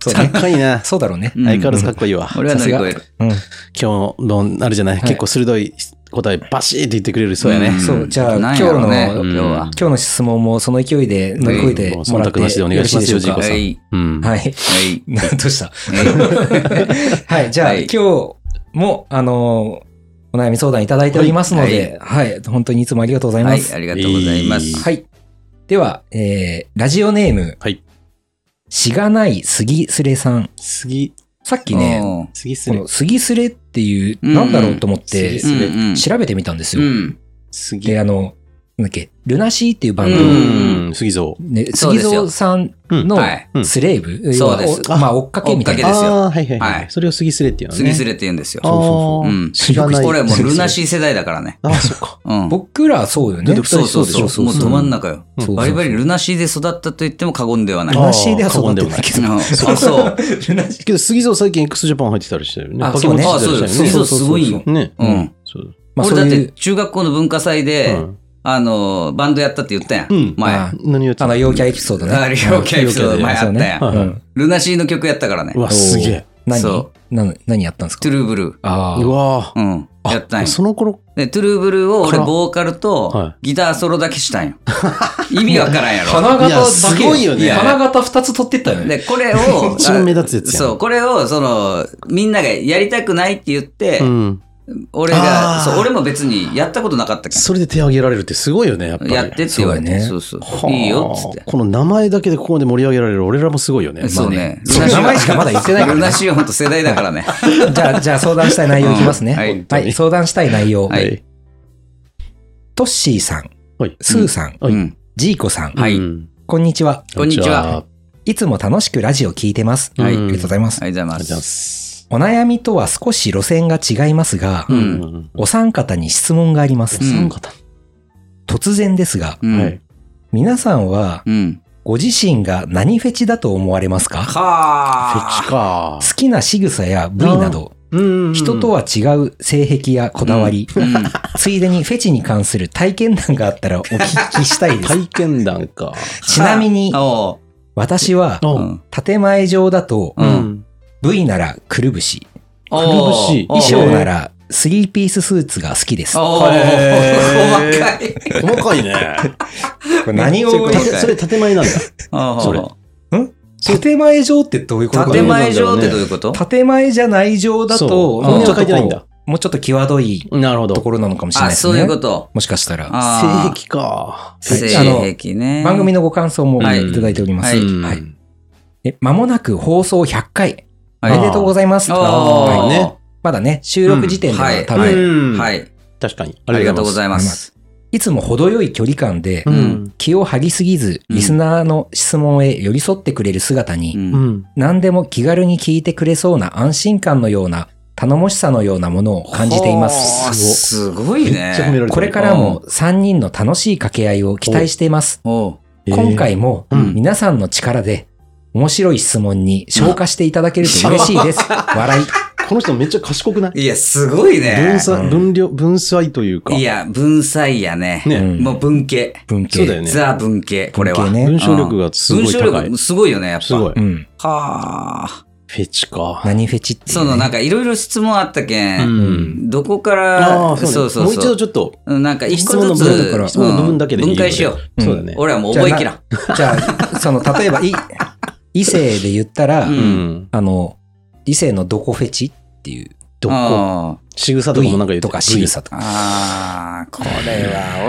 Speaker 3: そう
Speaker 1: かっ
Speaker 3: ね
Speaker 1: こいいな。
Speaker 3: そうだろうね
Speaker 2: うん
Speaker 1: 相変わらずかっこいいわ。
Speaker 2: 俺は乗り越える。
Speaker 3: うん
Speaker 1: 今日の、あれじゃない、
Speaker 3: い
Speaker 1: 結構鋭い答えバシーって言ってくれる。そうやね。
Speaker 2: ん
Speaker 3: そうじゃあ
Speaker 2: なんやろうね
Speaker 3: 今
Speaker 1: 日の
Speaker 2: 今日は。
Speaker 3: 今日の質問もその勢いで乗り越えてもらっ
Speaker 1: 忖度なしでお
Speaker 3: て
Speaker 1: 願いしますよ
Speaker 3: よろしいでし
Speaker 1: 自己
Speaker 3: ょうか
Speaker 1: さ
Speaker 2: は
Speaker 1: ん
Speaker 2: い。
Speaker 1: うん。
Speaker 3: はい
Speaker 2: はい。
Speaker 3: などうした
Speaker 2: は
Speaker 3: はいじゃあ、
Speaker 2: はい
Speaker 3: 今日もあのお悩み相談いただいておりますので、はい本当にいつもありがとうござい
Speaker 2: い
Speaker 3: ま
Speaker 2: は
Speaker 3: す、
Speaker 2: い、ありがとうございます。
Speaker 3: はい。では、えー、ラジオネーム。
Speaker 1: はい
Speaker 3: しがない杉すれさん。
Speaker 1: 次、
Speaker 3: さっきね、
Speaker 2: おー
Speaker 1: 次す
Speaker 3: こ
Speaker 1: る
Speaker 3: の。杉すれっていう、
Speaker 2: うん
Speaker 3: なんだろうと思って
Speaker 1: 杉、
Speaker 2: うんうん
Speaker 3: 調べてみたんです
Speaker 2: う
Speaker 3: よ。
Speaker 2: ん。
Speaker 1: 次
Speaker 3: で、。あの、なんだっけ、ルナシーっていうバンド、
Speaker 1: うん、杉蔵。
Speaker 3: ね、
Speaker 2: そう
Speaker 3: 杉
Speaker 2: ですよ
Speaker 3: 蔵さんの
Speaker 2: うんはい
Speaker 1: うん
Speaker 3: スレーブ、
Speaker 2: そうです
Speaker 3: 要はおまあ、追っかけみたい
Speaker 2: 追っ
Speaker 3: な
Speaker 2: か。ですよ
Speaker 1: あーはいはいはい。
Speaker 2: はい
Speaker 1: それを杉すれっていうのね。
Speaker 2: 次す
Speaker 1: れ。
Speaker 2: れって言うんですよ
Speaker 1: あ。
Speaker 3: そうそ
Speaker 1: あ
Speaker 3: う
Speaker 2: そうう
Speaker 1: ー
Speaker 2: ん、
Speaker 1: 知らない。
Speaker 2: 俺はもうルナ
Speaker 1: ー。
Speaker 2: シー世代だからね。
Speaker 1: あー、そっか。
Speaker 2: うん。
Speaker 3: 僕らはそうよね。
Speaker 1: 僕
Speaker 2: そうそうそう。
Speaker 3: そう
Speaker 2: もう
Speaker 3: そう
Speaker 2: ど真ん中よ。
Speaker 3: そうそう
Speaker 2: バリバリルナシーで育ったと言っても過言ではない。
Speaker 3: ル
Speaker 2: うん
Speaker 1: あ
Speaker 3: ナシーでは育ってないけど。
Speaker 2: あ、そう。
Speaker 3: ルナシー
Speaker 1: けど、杉蔵最近 x ジャパン入ってたりしてるよね。
Speaker 3: あ
Speaker 1: ポケモン
Speaker 3: そう
Speaker 2: ね
Speaker 1: 出てたりして
Speaker 2: あそ
Speaker 1: る
Speaker 2: うです
Speaker 1: よね
Speaker 2: 杉蔵すごいよ
Speaker 1: ね。
Speaker 2: うん
Speaker 1: そう。
Speaker 3: まあ、
Speaker 2: 俺
Speaker 3: そう
Speaker 2: だっ
Speaker 3: い
Speaker 2: て
Speaker 3: う、
Speaker 2: 中学校の文化祭で、
Speaker 1: うん
Speaker 2: あの、バンドやったって言ったやん。
Speaker 1: うん
Speaker 2: 前。あ
Speaker 3: あ
Speaker 1: 何やって
Speaker 3: あ
Speaker 1: ん
Speaker 3: の、陽キャエピソードね。
Speaker 2: れ、オーケーエピソード前あったやん。
Speaker 1: そ
Speaker 3: うん
Speaker 1: うね
Speaker 3: うん
Speaker 2: ルナシーの曲やったからね
Speaker 1: う。わ、すげえ。
Speaker 3: 何
Speaker 2: そ
Speaker 3: な何やったんですか
Speaker 2: トゥルーブルー。
Speaker 3: あ
Speaker 1: うわ
Speaker 2: うん。やったんや
Speaker 1: ー。。その頃、
Speaker 2: で、トゥルーブルーを俺、
Speaker 1: から
Speaker 2: ボーカル
Speaker 1: は
Speaker 2: とギターソロだけしたんよ。意味わからんやろ。
Speaker 3: 花形だ
Speaker 1: いや
Speaker 3: け
Speaker 1: すごいよね
Speaker 3: 花形2つ取ってったよね。
Speaker 2: で、これを、
Speaker 1: 一番目立つやつやん
Speaker 2: そう、これを、その、みんながやりたくないって言って、
Speaker 1: うん。
Speaker 2: 俺が、
Speaker 1: あー
Speaker 2: そう、俺も別にやったことなかったけ
Speaker 1: それで手挙げられるってすごいよね、やっぱ
Speaker 2: ん。
Speaker 1: り。
Speaker 2: やってって言われて、そ
Speaker 3: そう
Speaker 2: そ
Speaker 1: は
Speaker 2: う
Speaker 1: あ
Speaker 2: いいよ、っつって。
Speaker 1: この名前だけでここまで盛り上げられる俺らもすごいよね。
Speaker 2: そうね。
Speaker 3: そう
Speaker 2: ルナシー
Speaker 3: 名前しかまだ言ってないからね
Speaker 2: ルナシオンと世代だからね。
Speaker 3: じゃあ、じゃあ相談したい内容いきますね。
Speaker 2: うんは
Speaker 3: はいい、はい相談したい内容。
Speaker 1: まあね。
Speaker 2: は
Speaker 1: はい。
Speaker 3: トッシーさん、
Speaker 1: はい。
Speaker 3: スーさん、
Speaker 1: はい
Speaker 2: うん
Speaker 3: ジーコさん、
Speaker 2: はい
Speaker 1: うん
Speaker 3: こんにちは。
Speaker 2: こんにちは。
Speaker 3: いつも楽しくラジオ聞いてます。
Speaker 1: はい
Speaker 3: ありがとうございます。
Speaker 2: ありがとうござい
Speaker 1: ありがとうござ
Speaker 2: ま。
Speaker 1: いますす。
Speaker 3: お悩みとは少し路線が違いますが、
Speaker 2: うん
Speaker 3: お三方に質問があります。
Speaker 2: うん
Speaker 1: 三方。
Speaker 3: 突然ですが、
Speaker 2: うん
Speaker 1: はい。
Speaker 3: 皆さんは
Speaker 2: うん。
Speaker 3: ご自身が何フェチだと思われますか
Speaker 1: フ
Speaker 2: は
Speaker 1: ェチか
Speaker 3: 好。きな仕草や部位など、
Speaker 1: うん
Speaker 3: 人と
Speaker 1: は、
Speaker 3: は違う性癖やこだわり、
Speaker 2: うんうん
Speaker 3: ついでにフェチに関する体験談があったらお聞きしたいです。
Speaker 1: 体験談か。
Speaker 3: ちなみに、
Speaker 2: お
Speaker 3: 私は
Speaker 2: う
Speaker 1: お
Speaker 2: うん
Speaker 3: 建前上だと
Speaker 2: う、
Speaker 1: うん。
Speaker 3: 部位ならくるぶし、
Speaker 2: お
Speaker 1: くるぶし
Speaker 2: お
Speaker 3: 衣
Speaker 1: へ
Speaker 3: 装
Speaker 1: ー
Speaker 3: ならスリーピーススーツが好きです。こ
Speaker 2: おー
Speaker 1: へー
Speaker 2: 細かい。
Speaker 1: 細かいね。
Speaker 3: れ何
Speaker 2: めっちゃ
Speaker 3: を
Speaker 2: 細、かい
Speaker 1: たそれ建前なんだ。それ
Speaker 3: 建前上ってどういうことか
Speaker 2: 建
Speaker 3: な
Speaker 2: 前上ってどういうこと
Speaker 3: 建前じゃない上だ
Speaker 1: そ
Speaker 3: と、
Speaker 1: う
Speaker 3: もうち
Speaker 1: 本当
Speaker 3: ょっ
Speaker 1: は書いてないん
Speaker 3: と
Speaker 1: だ
Speaker 3: こうもうちょっと際どい
Speaker 1: なるほど。
Speaker 3: ところなのかもしれない
Speaker 2: あ、
Speaker 3: です
Speaker 2: そうい
Speaker 3: ね
Speaker 2: うこ。と。
Speaker 3: もしかしたら。
Speaker 1: 性
Speaker 2: あ
Speaker 1: 癖か。
Speaker 2: ー
Speaker 3: は
Speaker 2: 性
Speaker 3: い
Speaker 2: 癖ね。
Speaker 3: 番組のご感想も
Speaker 2: はい
Speaker 3: いただいております。
Speaker 2: は
Speaker 3: はい
Speaker 1: うん
Speaker 3: い。え間もなく放送100回、お
Speaker 2: はい
Speaker 3: めでとうございます。
Speaker 2: お
Speaker 3: は
Speaker 2: ー
Speaker 3: い
Speaker 1: ね
Speaker 3: まだね、収録時点で
Speaker 2: う
Speaker 3: は
Speaker 2: ん
Speaker 3: 多
Speaker 2: は
Speaker 3: 分、
Speaker 1: うん
Speaker 2: はい。
Speaker 1: 確かに。
Speaker 2: ありがとうござ
Speaker 1: い
Speaker 2: います。
Speaker 3: いつも程よい距離感で
Speaker 1: う、
Speaker 2: ん
Speaker 1: ん。
Speaker 3: 気を張りすぎず、
Speaker 2: うん
Speaker 3: リスナーの質問へ寄り添ってくれる姿
Speaker 2: う
Speaker 3: に、
Speaker 1: うんん。
Speaker 3: 何でも気軽に聞いてくれそうな安心感のような、頼もしさのようなものを感じていま
Speaker 2: ほー
Speaker 3: す。
Speaker 2: すご
Speaker 1: め
Speaker 2: い
Speaker 1: っちゃ褒めら
Speaker 2: ね。
Speaker 1: れてる
Speaker 3: これからも3人の楽しい掛け合いを期待しています。
Speaker 2: おう
Speaker 3: 今回も
Speaker 1: うん
Speaker 3: 皆さんの力で面白い質問に消化していただけると嬉しいです。笑い。
Speaker 1: この人めっちゃ賢くない
Speaker 2: いや、すごいね
Speaker 1: 分。散、分量、分散というか。
Speaker 2: いや、文才やね。
Speaker 1: ね
Speaker 3: うん
Speaker 2: もう文系。
Speaker 3: 文系。
Speaker 1: そうだよね
Speaker 2: ザ文系、これは。
Speaker 3: 文系ね
Speaker 1: 文章力がすご
Speaker 2: 文
Speaker 1: い
Speaker 2: 章
Speaker 1: 高い
Speaker 2: 力。すごいよね、やっぱ。
Speaker 1: すごい。
Speaker 3: う
Speaker 1: フ
Speaker 3: ん。
Speaker 2: はあ。
Speaker 1: ェチか。
Speaker 3: 何フェチっていうね、
Speaker 2: そのなんかいろいろ質問あったけ、
Speaker 1: うんん。
Speaker 2: どこから、
Speaker 1: ああ、そうね
Speaker 2: そうそう
Speaker 1: もう一
Speaker 2: そ
Speaker 1: 度
Speaker 2: う
Speaker 1: ちょっと、
Speaker 2: うん。なんか一個ず
Speaker 1: 質問の部
Speaker 2: つ
Speaker 1: 分だから質
Speaker 2: う
Speaker 1: 問
Speaker 2: ん
Speaker 1: の部分だけでいい
Speaker 2: 分解しよう。
Speaker 3: うん
Speaker 1: そうだね。
Speaker 2: 俺はもう覚えきらん。
Speaker 3: じゃあ、その、例えば、い、異性で言ったら、
Speaker 2: う
Speaker 1: うんん。
Speaker 3: あの、異性のどこフェチっていう、
Speaker 1: どこ
Speaker 2: あ
Speaker 1: 仕草と
Speaker 3: 部
Speaker 1: かもなんか言
Speaker 3: 位
Speaker 1: って
Speaker 3: とか仕草とか。
Speaker 2: あー、これ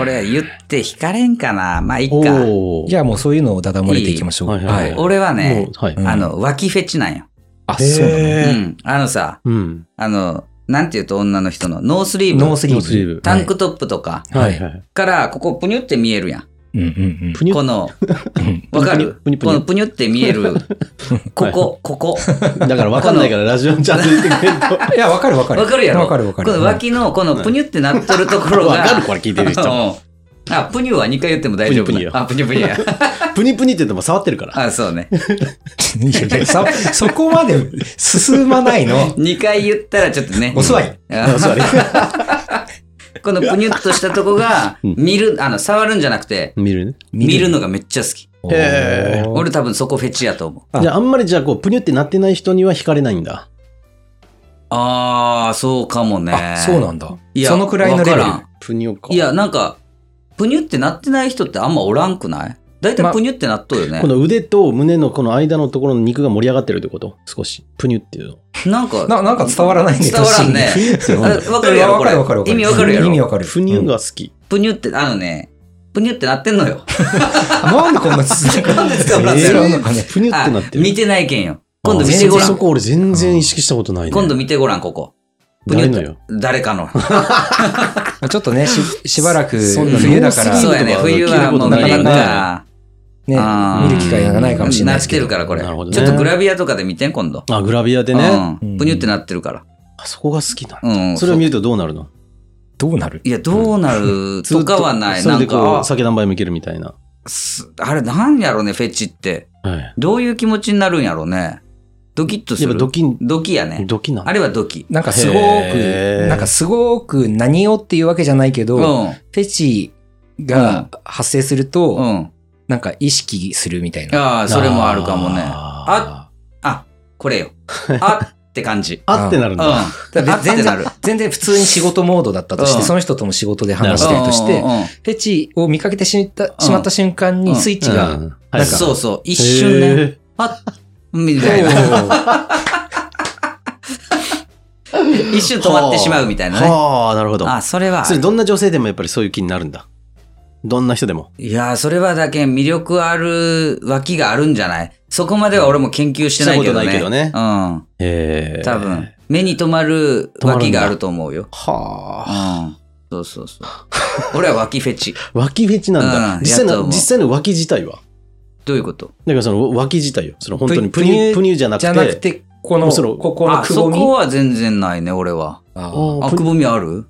Speaker 2: は俺は言って引かれんかな。まあいいか。
Speaker 1: おー
Speaker 3: じゃあもうそういうのをだだ漏れていきましょう。
Speaker 1: いいはいはい
Speaker 2: 俺は
Speaker 1: も
Speaker 2: ね
Speaker 1: う、、はい。
Speaker 3: ん
Speaker 2: あの、脇フェチなんよ。
Speaker 3: あ、そうなの
Speaker 2: う
Speaker 1: へー
Speaker 2: ん。あのさ、
Speaker 1: うん。
Speaker 2: あの、なんていうと女の人のノースリー
Speaker 3: ノー
Speaker 2: ブ、
Speaker 3: スリー
Speaker 1: ノースリー
Speaker 3: ブ
Speaker 1: ブ。
Speaker 2: タンクトップとか
Speaker 3: は
Speaker 1: はいい。はい
Speaker 2: から、ここプニュって見えるやん。
Speaker 3: うんうん
Speaker 1: プニュ
Speaker 2: こ
Speaker 1: ッ
Speaker 2: の、
Speaker 3: うん。
Speaker 2: わかる
Speaker 1: プニュプニュプニュ
Speaker 2: このプニュって見える、ここ、ここ。
Speaker 1: だからわかんないからラジオにちゃんと言ってくれんと。
Speaker 3: いや、わかるわかる。
Speaker 2: わかるやろ
Speaker 3: わかるわかる。
Speaker 2: この 脇のこのプニュってなっとるところが。
Speaker 1: わかるこれ聞いてる人。
Speaker 2: うんあ、プニュは2回言っても大丈夫
Speaker 1: プニュプニュよ
Speaker 2: あ、プニュプニュや。
Speaker 1: プニプニって言っても触ってるから。
Speaker 2: あ、そうね。
Speaker 3: いやいやそ、 そこまで進まないの。
Speaker 2: 2回言ったらちょっとね。
Speaker 3: お座り。
Speaker 2: あ
Speaker 1: あそうだね
Speaker 2: このぷにゅっとしたとこが、
Speaker 1: うん
Speaker 2: 見る、あの、触るんじゃなくて、
Speaker 1: 見るね。
Speaker 2: 見るのがめっちゃ好き。
Speaker 1: へー
Speaker 2: 俺多分そこフェチやと思う。
Speaker 3: あ
Speaker 1: じゃあ、あんまりじゃあ、こう、ぷにゅってなってない人には惹かれないんだ。
Speaker 2: あー、そうかもね
Speaker 3: あ。そうなんだ
Speaker 2: いや
Speaker 3: そのくらいのレベル
Speaker 2: わか
Speaker 1: ぷにゅから
Speaker 2: ん。い、や、なんか、ぷにゅってなってない人ってあんまおらんくない大体
Speaker 3: ま
Speaker 2: ぷにゅってなっとうよね
Speaker 1: こ。の腕と胸のこの間のところの肉が盛り上がってるってこと少し。ぷにゅっていうの。
Speaker 2: なんか、
Speaker 3: ななんか伝わらないね
Speaker 2: 伝わらんね
Speaker 1: ぷ。にゅってな
Speaker 2: あ
Speaker 1: んだろう
Speaker 2: わかるやろ、
Speaker 3: わ
Speaker 2: こ
Speaker 3: か
Speaker 2: れ
Speaker 3: るわかる。
Speaker 2: 意味わかるや
Speaker 3: 意味
Speaker 2: ろ。
Speaker 3: わかる。
Speaker 1: ぷにゅが好き。
Speaker 2: ぷにゅって、あのね、ぷにゅってなってんの よ。
Speaker 3: なんでこんな続 く
Speaker 2: なんで使う
Speaker 1: え
Speaker 2: の
Speaker 1: ー
Speaker 2: それは
Speaker 1: ぷにゅって
Speaker 2: あ
Speaker 1: なってる。
Speaker 2: 見てないけんよ。今度見
Speaker 1: 全
Speaker 2: てご
Speaker 1: 然
Speaker 2: ら
Speaker 1: そ
Speaker 2: ん。
Speaker 1: こ俺全然意識したことないね。
Speaker 2: 今度見てごらん、ここ。ぷに
Speaker 1: 誰
Speaker 2: ゅっ
Speaker 1: の
Speaker 2: て
Speaker 1: よ。
Speaker 2: 誰かの。
Speaker 3: ちょっとね、ししばらく
Speaker 1: そんな
Speaker 3: 冬だか
Speaker 1: ノースリーブと
Speaker 2: そう
Speaker 3: ら、
Speaker 2: やね、
Speaker 1: か
Speaker 2: 冬はもう見れ
Speaker 1: 聞い
Speaker 2: ん
Speaker 1: たことなか
Speaker 2: か。
Speaker 3: ね
Speaker 2: あー、
Speaker 3: 見る機会がないかもしれないですけ
Speaker 2: な
Speaker 3: ど
Speaker 2: って。るから、これ。
Speaker 1: なるほどね
Speaker 2: ちょっとグラビアとかで見て、今度。
Speaker 1: あ、グラビアでね。
Speaker 2: う
Speaker 3: うん
Speaker 2: ん。ぷにゅってなってるから。
Speaker 1: あそこが好きなの。
Speaker 2: うん。
Speaker 1: それを見るとどうなるの
Speaker 3: どうなる
Speaker 2: いや、どうな るとかはない。
Speaker 1: そ
Speaker 2: な
Speaker 1: れ
Speaker 2: ん
Speaker 1: でこ
Speaker 2: か
Speaker 1: う、、酒何杯もいけるみたいな。
Speaker 2: あすあれ、なんやろね、フェチって。
Speaker 1: はい。
Speaker 2: どういう気持ちになるんやろね。ドキッとす
Speaker 1: やっ
Speaker 2: る。
Speaker 1: ぱドキン、
Speaker 2: ドキやね。
Speaker 1: ドキなの
Speaker 2: あれはドキ。
Speaker 3: なんかすご
Speaker 1: へ
Speaker 3: く
Speaker 1: ー、
Speaker 3: なんかすごく何をっていうわけじゃないけど、
Speaker 2: う
Speaker 3: フ
Speaker 2: ん。
Speaker 3: ェチが発生すると、
Speaker 2: うん。
Speaker 3: なんか意識するみたいな。
Speaker 2: ああ、それもあるかもね。
Speaker 1: あ
Speaker 2: あ、これよ。あって感じ。
Speaker 1: ーあってなる
Speaker 2: うん ん。
Speaker 1: だ。
Speaker 2: あ
Speaker 3: だから
Speaker 2: っ
Speaker 3: 全
Speaker 2: てな
Speaker 3: 然
Speaker 2: る。
Speaker 3: 全然普通に仕事モードだったとして、
Speaker 2: うん
Speaker 3: その人とも仕事で話してるとして、
Speaker 2: うんうんうん
Speaker 3: フェチを見かけてしまったしまった瞬間
Speaker 2: う
Speaker 3: に
Speaker 2: ん
Speaker 3: スイッチ
Speaker 1: う
Speaker 3: が、
Speaker 1: んはい
Speaker 2: そうそう。一瞬ね。
Speaker 1: へ
Speaker 2: あみたいな。一瞬止まってしまうみたい
Speaker 1: ー
Speaker 2: なね。
Speaker 1: はあ、なるほど。
Speaker 2: あ、それはある。
Speaker 1: それどんな女性でもやっぱりそういう気になるんだ。どんな人でも。
Speaker 2: いやー、それはだけん魅力ある脇があるんじゃないそこまでは俺も研究してないけどね。
Speaker 1: したことないけど
Speaker 2: うん。
Speaker 1: へえ。
Speaker 2: 多分、目に留まる脇があると思うよ。
Speaker 1: はあ。
Speaker 2: うん。そうそうそう。俺は脇フェチ。
Speaker 1: 脇フェチなん
Speaker 2: う
Speaker 1: だ。
Speaker 2: ん
Speaker 1: 実際
Speaker 2: やっと
Speaker 1: の、
Speaker 2: 思う
Speaker 1: 実際の脇自体は。
Speaker 2: どういうこと
Speaker 1: だからその脇自体よ。その本当に
Speaker 3: ぷ
Speaker 1: プニ
Speaker 3: ぷにゅ
Speaker 1: ュ、プニュじゃなく
Speaker 3: じゃなく
Speaker 1: て。
Speaker 3: て、この、
Speaker 1: その
Speaker 3: ここの
Speaker 2: あ、
Speaker 3: く
Speaker 2: そ
Speaker 3: ぼみ
Speaker 2: こは全然ないね、俺は。
Speaker 3: あー
Speaker 1: あ
Speaker 2: あ、
Speaker 1: ーぷ
Speaker 2: く
Speaker 1: に
Speaker 2: ぼみある
Speaker 3: ん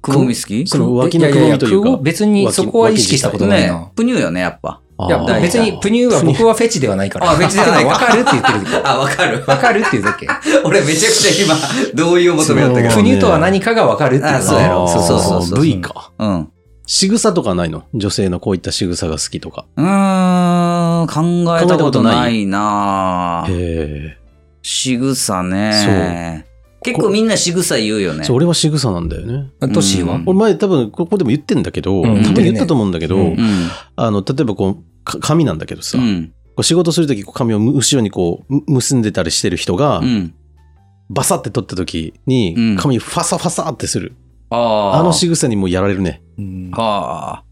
Speaker 2: くぼみ好き
Speaker 1: その脇のくぼみというか
Speaker 3: やややくぼ別にそこは意識したことないな
Speaker 2: ね。、プニューよね、やっぱ。
Speaker 1: あ
Speaker 3: い
Speaker 1: ー
Speaker 3: や、別にプニューは僕はフェチではないから。
Speaker 2: あフェチでは ないか
Speaker 3: わかるって言ってるけど。
Speaker 2: あ、わかる。
Speaker 3: わかるっていうだけ。
Speaker 2: 俺めちゃくちゃ今、同意を求めよったけ
Speaker 1: そ
Speaker 2: ど。
Speaker 3: プニューとは何かがわかるっていう
Speaker 2: あそうや
Speaker 1: あー
Speaker 2: ろそうそうそうそう
Speaker 1: V か。
Speaker 2: うん。
Speaker 1: 仕草とかないの女性のこういった仕草が好きとか。
Speaker 2: うーん、考えたことないなぁ
Speaker 1: へ
Speaker 2: 仕草ね。結構みんな仕草言うよ
Speaker 1: え。
Speaker 2: ね
Speaker 1: そ。う、俺は仕草なんだよね。
Speaker 3: トシーは
Speaker 2: うん
Speaker 1: 俺前多分ここでも言ってんだけど、
Speaker 3: うん
Speaker 1: 多分言ったと思うんだけ
Speaker 3: 言っ
Speaker 1: ど
Speaker 3: て
Speaker 2: う、ん。
Speaker 1: あの、例えばこう、か髪なんだけど
Speaker 2: う
Speaker 1: さ、
Speaker 2: ん。
Speaker 1: こう仕事するとき髪をむ後ろにこうむ結んでたりしてる人が
Speaker 2: う、ん。
Speaker 1: バサって取ったとき
Speaker 2: う
Speaker 1: に
Speaker 2: ん
Speaker 1: 髪ファサファサってする。
Speaker 2: ああ。
Speaker 1: あの仕草にもうやられるね。
Speaker 3: うん
Speaker 2: はあ。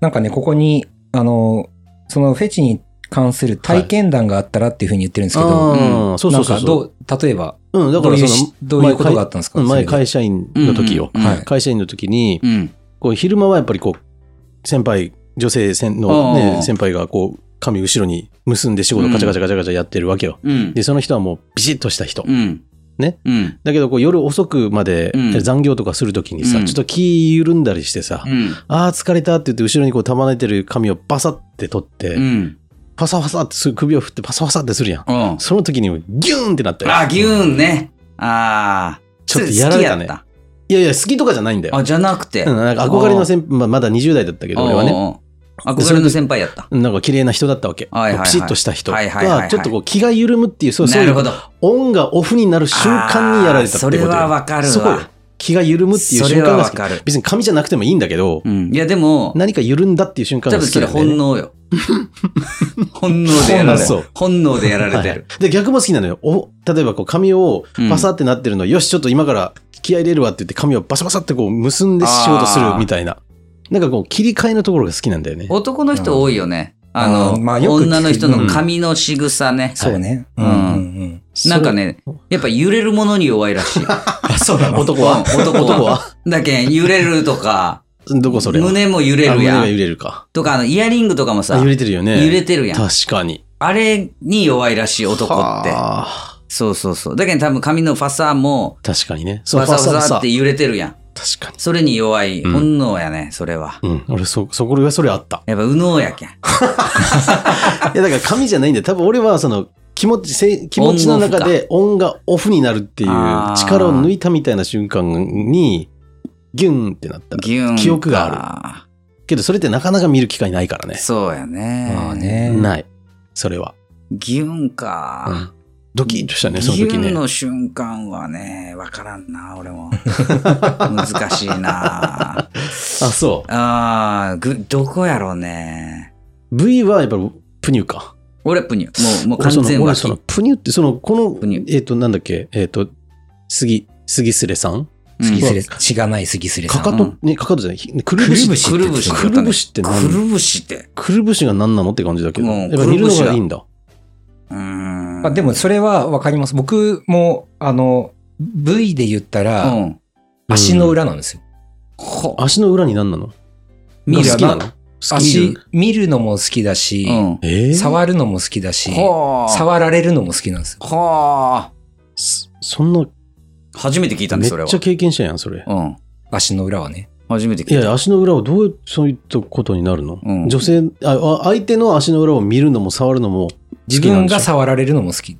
Speaker 3: なんかね、ここに、あの、そのフェチに関する体験談があったらっていうふうに言ってるんですけど、
Speaker 1: あーそうそ
Speaker 3: なん
Speaker 1: うそう
Speaker 3: か
Speaker 1: そ
Speaker 3: どう、例えば、
Speaker 1: う。うん、だ
Speaker 3: ど
Speaker 1: か
Speaker 3: う
Speaker 1: ら
Speaker 3: い
Speaker 1: そうの
Speaker 3: し、どういうことがあったんですか
Speaker 1: 前
Speaker 3: それで
Speaker 1: 会社員の時よ、
Speaker 2: うんうん
Speaker 3: はい
Speaker 1: 会社員の時に
Speaker 2: うん。
Speaker 1: こう昼間はやっぱりこう先輩女性先の、
Speaker 2: うんうん
Speaker 1: ね、先輩がこう髪後ろに結んで仕事ガチャガチャガチャガチャやってるわけよ、
Speaker 2: うん。
Speaker 1: でその人はもうビシッとした人、
Speaker 2: うん。
Speaker 1: ね。
Speaker 2: うん。
Speaker 1: だけどこう夜遅くまで
Speaker 2: うん
Speaker 1: 残業とかするときにさ、
Speaker 2: うん
Speaker 1: ちょっと気緩んだりしてさ、
Speaker 2: うん。
Speaker 1: あー疲れたって言って後ろにこう束ねてる髪をバサって取って、
Speaker 2: うん。
Speaker 1: パサパサってする首を振ってパサパサってするやん
Speaker 2: うん。
Speaker 1: その時にギューンってなったよ
Speaker 2: あ、ギューンね。ああ。
Speaker 1: ちょっとやられたね
Speaker 2: 好きやっ
Speaker 1: いやいや好きとかじゃないんだよ
Speaker 2: たあ、じゃなくて。
Speaker 1: うん、なんか憧れの先輩、まあまだ20代だったけど、俺はね、
Speaker 2: ね。憧れの先輩やった。
Speaker 1: なんか綺麗な人だったわけ。
Speaker 2: はいはいはい
Speaker 1: ピシッとした人
Speaker 2: はいはいはいは
Speaker 1: が、
Speaker 2: い
Speaker 1: ちょっとこう気が緩むっていう、そうそう
Speaker 2: ないるほ
Speaker 1: う
Speaker 2: ど。
Speaker 1: オンがオフになる瞬間にやられたってことよ
Speaker 2: あーそれはわかるわ
Speaker 1: そこよ気が緩むっていう
Speaker 2: そ
Speaker 1: 瞬
Speaker 2: れは
Speaker 1: 間が
Speaker 2: わ
Speaker 1: 好き。
Speaker 2: かる。
Speaker 1: 別に髪じゃなくてもいいんだけど、
Speaker 2: うん。いや、でも、
Speaker 1: 何か緩んだっていう瞬間
Speaker 2: 多
Speaker 1: が好
Speaker 2: 分
Speaker 1: き
Speaker 2: それ
Speaker 1: なんだよね
Speaker 2: 本能よ。本能でやられて
Speaker 1: そ
Speaker 2: る
Speaker 1: う。
Speaker 2: 本能でやられて
Speaker 1: はい
Speaker 2: る。
Speaker 1: で、逆も好きなのよ。お例えばこう髪をパサってなってるの、よし、ちょっと今から気合い入れるわって言って髪をバサバサってこう結んで仕事するみたいな。なんかこう切り替えのところが好きなんだよね。
Speaker 2: 男の人多いよね。
Speaker 3: ん
Speaker 2: あ
Speaker 3: あ
Speaker 2: の、
Speaker 3: ーまあよく聞く
Speaker 2: 女の人の髪の仕草ね。
Speaker 3: そうね。
Speaker 2: うん
Speaker 3: うん。
Speaker 2: なんかね、やっぱ揺れるものに弱いらしい。
Speaker 3: あ、そうな の
Speaker 1: 男は
Speaker 2: うん男は
Speaker 1: 男は
Speaker 2: だけん、揺れるとか、
Speaker 1: どこそれは
Speaker 2: 胸も揺れ
Speaker 1: あ
Speaker 2: る
Speaker 1: 胸
Speaker 2: や
Speaker 1: が
Speaker 2: ん。
Speaker 1: 揺れるか。
Speaker 2: とか、あの、イヤリングとかもさ、
Speaker 1: あ揺
Speaker 2: 揺
Speaker 1: れてるよね。
Speaker 2: れてるやん。
Speaker 1: 確かに。
Speaker 2: あれに弱いらしい、男って。
Speaker 1: はあ
Speaker 2: そうそうそう。だけど多分髪のファサも、
Speaker 1: 確かにね。
Speaker 2: フ
Speaker 1: そう、
Speaker 2: ァ
Speaker 1: フ
Speaker 2: サ
Speaker 1: ァサ
Speaker 2: フ
Speaker 1: ファ
Speaker 2: ァサ
Speaker 1: サ
Speaker 2: って揺れてるやん。
Speaker 1: 確か
Speaker 2: それに弱い、
Speaker 1: うん
Speaker 2: 本能やね、それは。
Speaker 1: に。うん。俺、そ、そこがそれあった。
Speaker 2: やっぱ、右脳やけん。
Speaker 1: いや、だから髪じゃないんだよ。多分俺は、その、気持ち、せい気持ちの中で、オンがオフになるっていう
Speaker 2: あー
Speaker 1: 力を抜いたみたいな瞬間に、ギュンってなった
Speaker 2: ギューンか
Speaker 1: 記憶がけどそれってなかなか見る機会ないからね、
Speaker 2: そうやね。
Speaker 3: まあね
Speaker 1: ないそれは、
Speaker 2: ギューン
Speaker 1: う
Speaker 2: か
Speaker 1: ん。ドキッとしたねその
Speaker 2: ギュ
Speaker 1: 時
Speaker 2: ーン
Speaker 1: ね
Speaker 2: の瞬間はね、わからんな、俺も。難しい
Speaker 1: あ
Speaker 2: な。
Speaker 1: そ
Speaker 2: あーぐ、どこやろうね。
Speaker 1: う V はやっぱプニュか
Speaker 2: 俺プニュ。もう、もう完全
Speaker 1: 俺
Speaker 2: 脇。
Speaker 1: その俺そのプニュってそのこの
Speaker 2: プニュ
Speaker 1: えっ、となんだっけえっ、と杉杉すれさん
Speaker 2: うん
Speaker 3: 杉すれ、血がない杉すれ
Speaker 1: か
Speaker 3: さん。
Speaker 1: か
Speaker 2: う
Speaker 1: と
Speaker 2: ん、
Speaker 1: ね、かかとじゃないひ、くる
Speaker 3: く
Speaker 1: ぶ
Speaker 3: る
Speaker 1: し
Speaker 3: ぶ。し
Speaker 2: くるぶし。
Speaker 1: くるぶしって
Speaker 2: く
Speaker 1: 何
Speaker 2: るぶしって。
Speaker 1: くるぶしが何なのって感じだけど、
Speaker 2: うん
Speaker 1: やっぱ煮るのがいいんだ。
Speaker 2: うーん。
Speaker 3: まあ、でも、それはわかります。僕も、あの、V で言った
Speaker 2: う
Speaker 3: ら、
Speaker 2: ん。
Speaker 3: 足の裏なんですよ。
Speaker 2: ほ
Speaker 1: 足の裏に何なの
Speaker 3: 見る
Speaker 1: が好きなの好き
Speaker 3: 足、見るのも好きだし、
Speaker 2: うん。
Speaker 1: えー、
Speaker 3: 触るのも好きだし、
Speaker 2: ほー。
Speaker 3: 触られるのも好きなんですよ。
Speaker 2: ほー。
Speaker 1: そそんな、
Speaker 2: 初めて聞いたんで
Speaker 1: めっ
Speaker 2: す、それは
Speaker 1: ちゃ。経験者やん、それ。
Speaker 2: うん。
Speaker 3: 足の裏はね。
Speaker 2: 初めて
Speaker 1: い
Speaker 2: 聞い
Speaker 1: や、
Speaker 2: た。
Speaker 1: 足の裏をどうそういったことになるの、
Speaker 2: うん
Speaker 1: 女性あ、あ相手の足の裏を見るのも触るのも、
Speaker 3: 自分が触られるのも好き。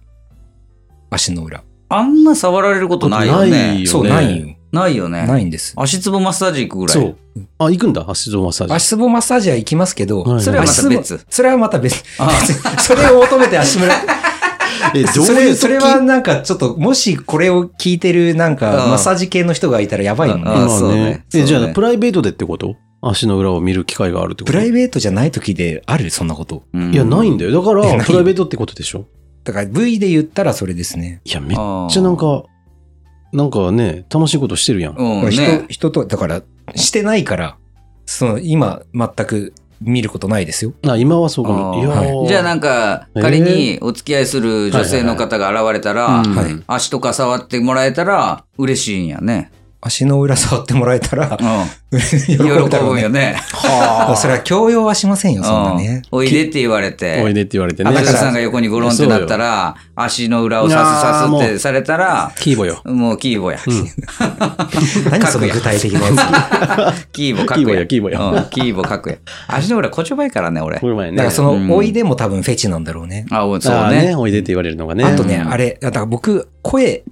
Speaker 3: 足の裏。
Speaker 2: あんま触られることないよ
Speaker 1: ない
Speaker 2: ね。
Speaker 1: よ
Speaker 3: そう、
Speaker 1: ね
Speaker 3: ないよ。
Speaker 2: ないよね。
Speaker 3: ないんです。
Speaker 2: 足つぼマッサージ行くぐらい。
Speaker 1: そう。あ、行くんだ、足のマッサージ。
Speaker 3: 足つぼマッサージは行きますけど、
Speaker 1: はい
Speaker 3: それはまた
Speaker 2: 足つぼ
Speaker 3: 別。それはまた別。
Speaker 2: あ
Speaker 3: それを求めて足村。
Speaker 1: え、どう
Speaker 3: そ
Speaker 1: い
Speaker 3: れ、
Speaker 1: う時
Speaker 3: それはなんかちょっと、もしこれを聞いてるなんか、
Speaker 2: うん
Speaker 3: マッサージ系の人がいたらやばいもん
Speaker 2: あ
Speaker 3: ね。
Speaker 1: まあ
Speaker 2: そうね
Speaker 1: え、じゃ
Speaker 2: そう
Speaker 1: あ、
Speaker 2: ね
Speaker 1: プライベートでってこと足の裏を見る機会があるってこ
Speaker 3: プ
Speaker 1: と
Speaker 3: ライベートじゃない時であるそんなこと。
Speaker 2: うん
Speaker 1: いや、ないんだよ。だか
Speaker 3: いやない
Speaker 1: ら、
Speaker 3: よ
Speaker 1: プライベートってことでしょ
Speaker 3: だから V で言ったらそれですね。
Speaker 1: いや、めっちゃなんか、なんかね、楽しいことしてるやん。
Speaker 2: うん
Speaker 3: 人
Speaker 2: ね。
Speaker 3: 人と、だから、してないから、その、今、全く見ることないですよ。
Speaker 1: あ今はそうか
Speaker 2: あー
Speaker 1: も。いやー
Speaker 2: じゃあなんか、仮にお付き合いする女性の方が現れたら
Speaker 1: うん、
Speaker 2: はい足とか触ってもらえたら嬉しいんやね。
Speaker 3: 足の裏触ってもらえたら
Speaker 2: う、ん。 喜
Speaker 3: 喜
Speaker 2: ぶ
Speaker 3: ぶだろうんね
Speaker 2: よ。ね。
Speaker 3: まあそれは強要はしませんよ、そんなね。
Speaker 2: うんおいでって言われ
Speaker 1: おい
Speaker 2: て。
Speaker 1: でって言われてね。
Speaker 2: あた
Speaker 3: だ
Speaker 2: か
Speaker 3: から
Speaker 2: さんが横にゴロンってなったら、足の裏をさすさすってされたら、
Speaker 1: キーボよ。
Speaker 2: もうキーボや。
Speaker 1: うん
Speaker 3: 何 その具体的なやつ。だか
Speaker 2: キーボ書
Speaker 1: キーボ
Speaker 2: く
Speaker 1: や、
Speaker 2: や。
Speaker 1: キーボや。
Speaker 2: うん、キーボ書 くや。足の裏こちょばいからね、俺
Speaker 1: こ。れ前ね。
Speaker 3: らそ
Speaker 2: うん
Speaker 3: の、おいでも多分フェチなんだろうね。
Speaker 2: あ、うんそう
Speaker 1: あー
Speaker 2: ね。
Speaker 1: ね、おいでって言われるのがね。
Speaker 3: あとね、
Speaker 2: うん
Speaker 3: あれ、だから僕、声、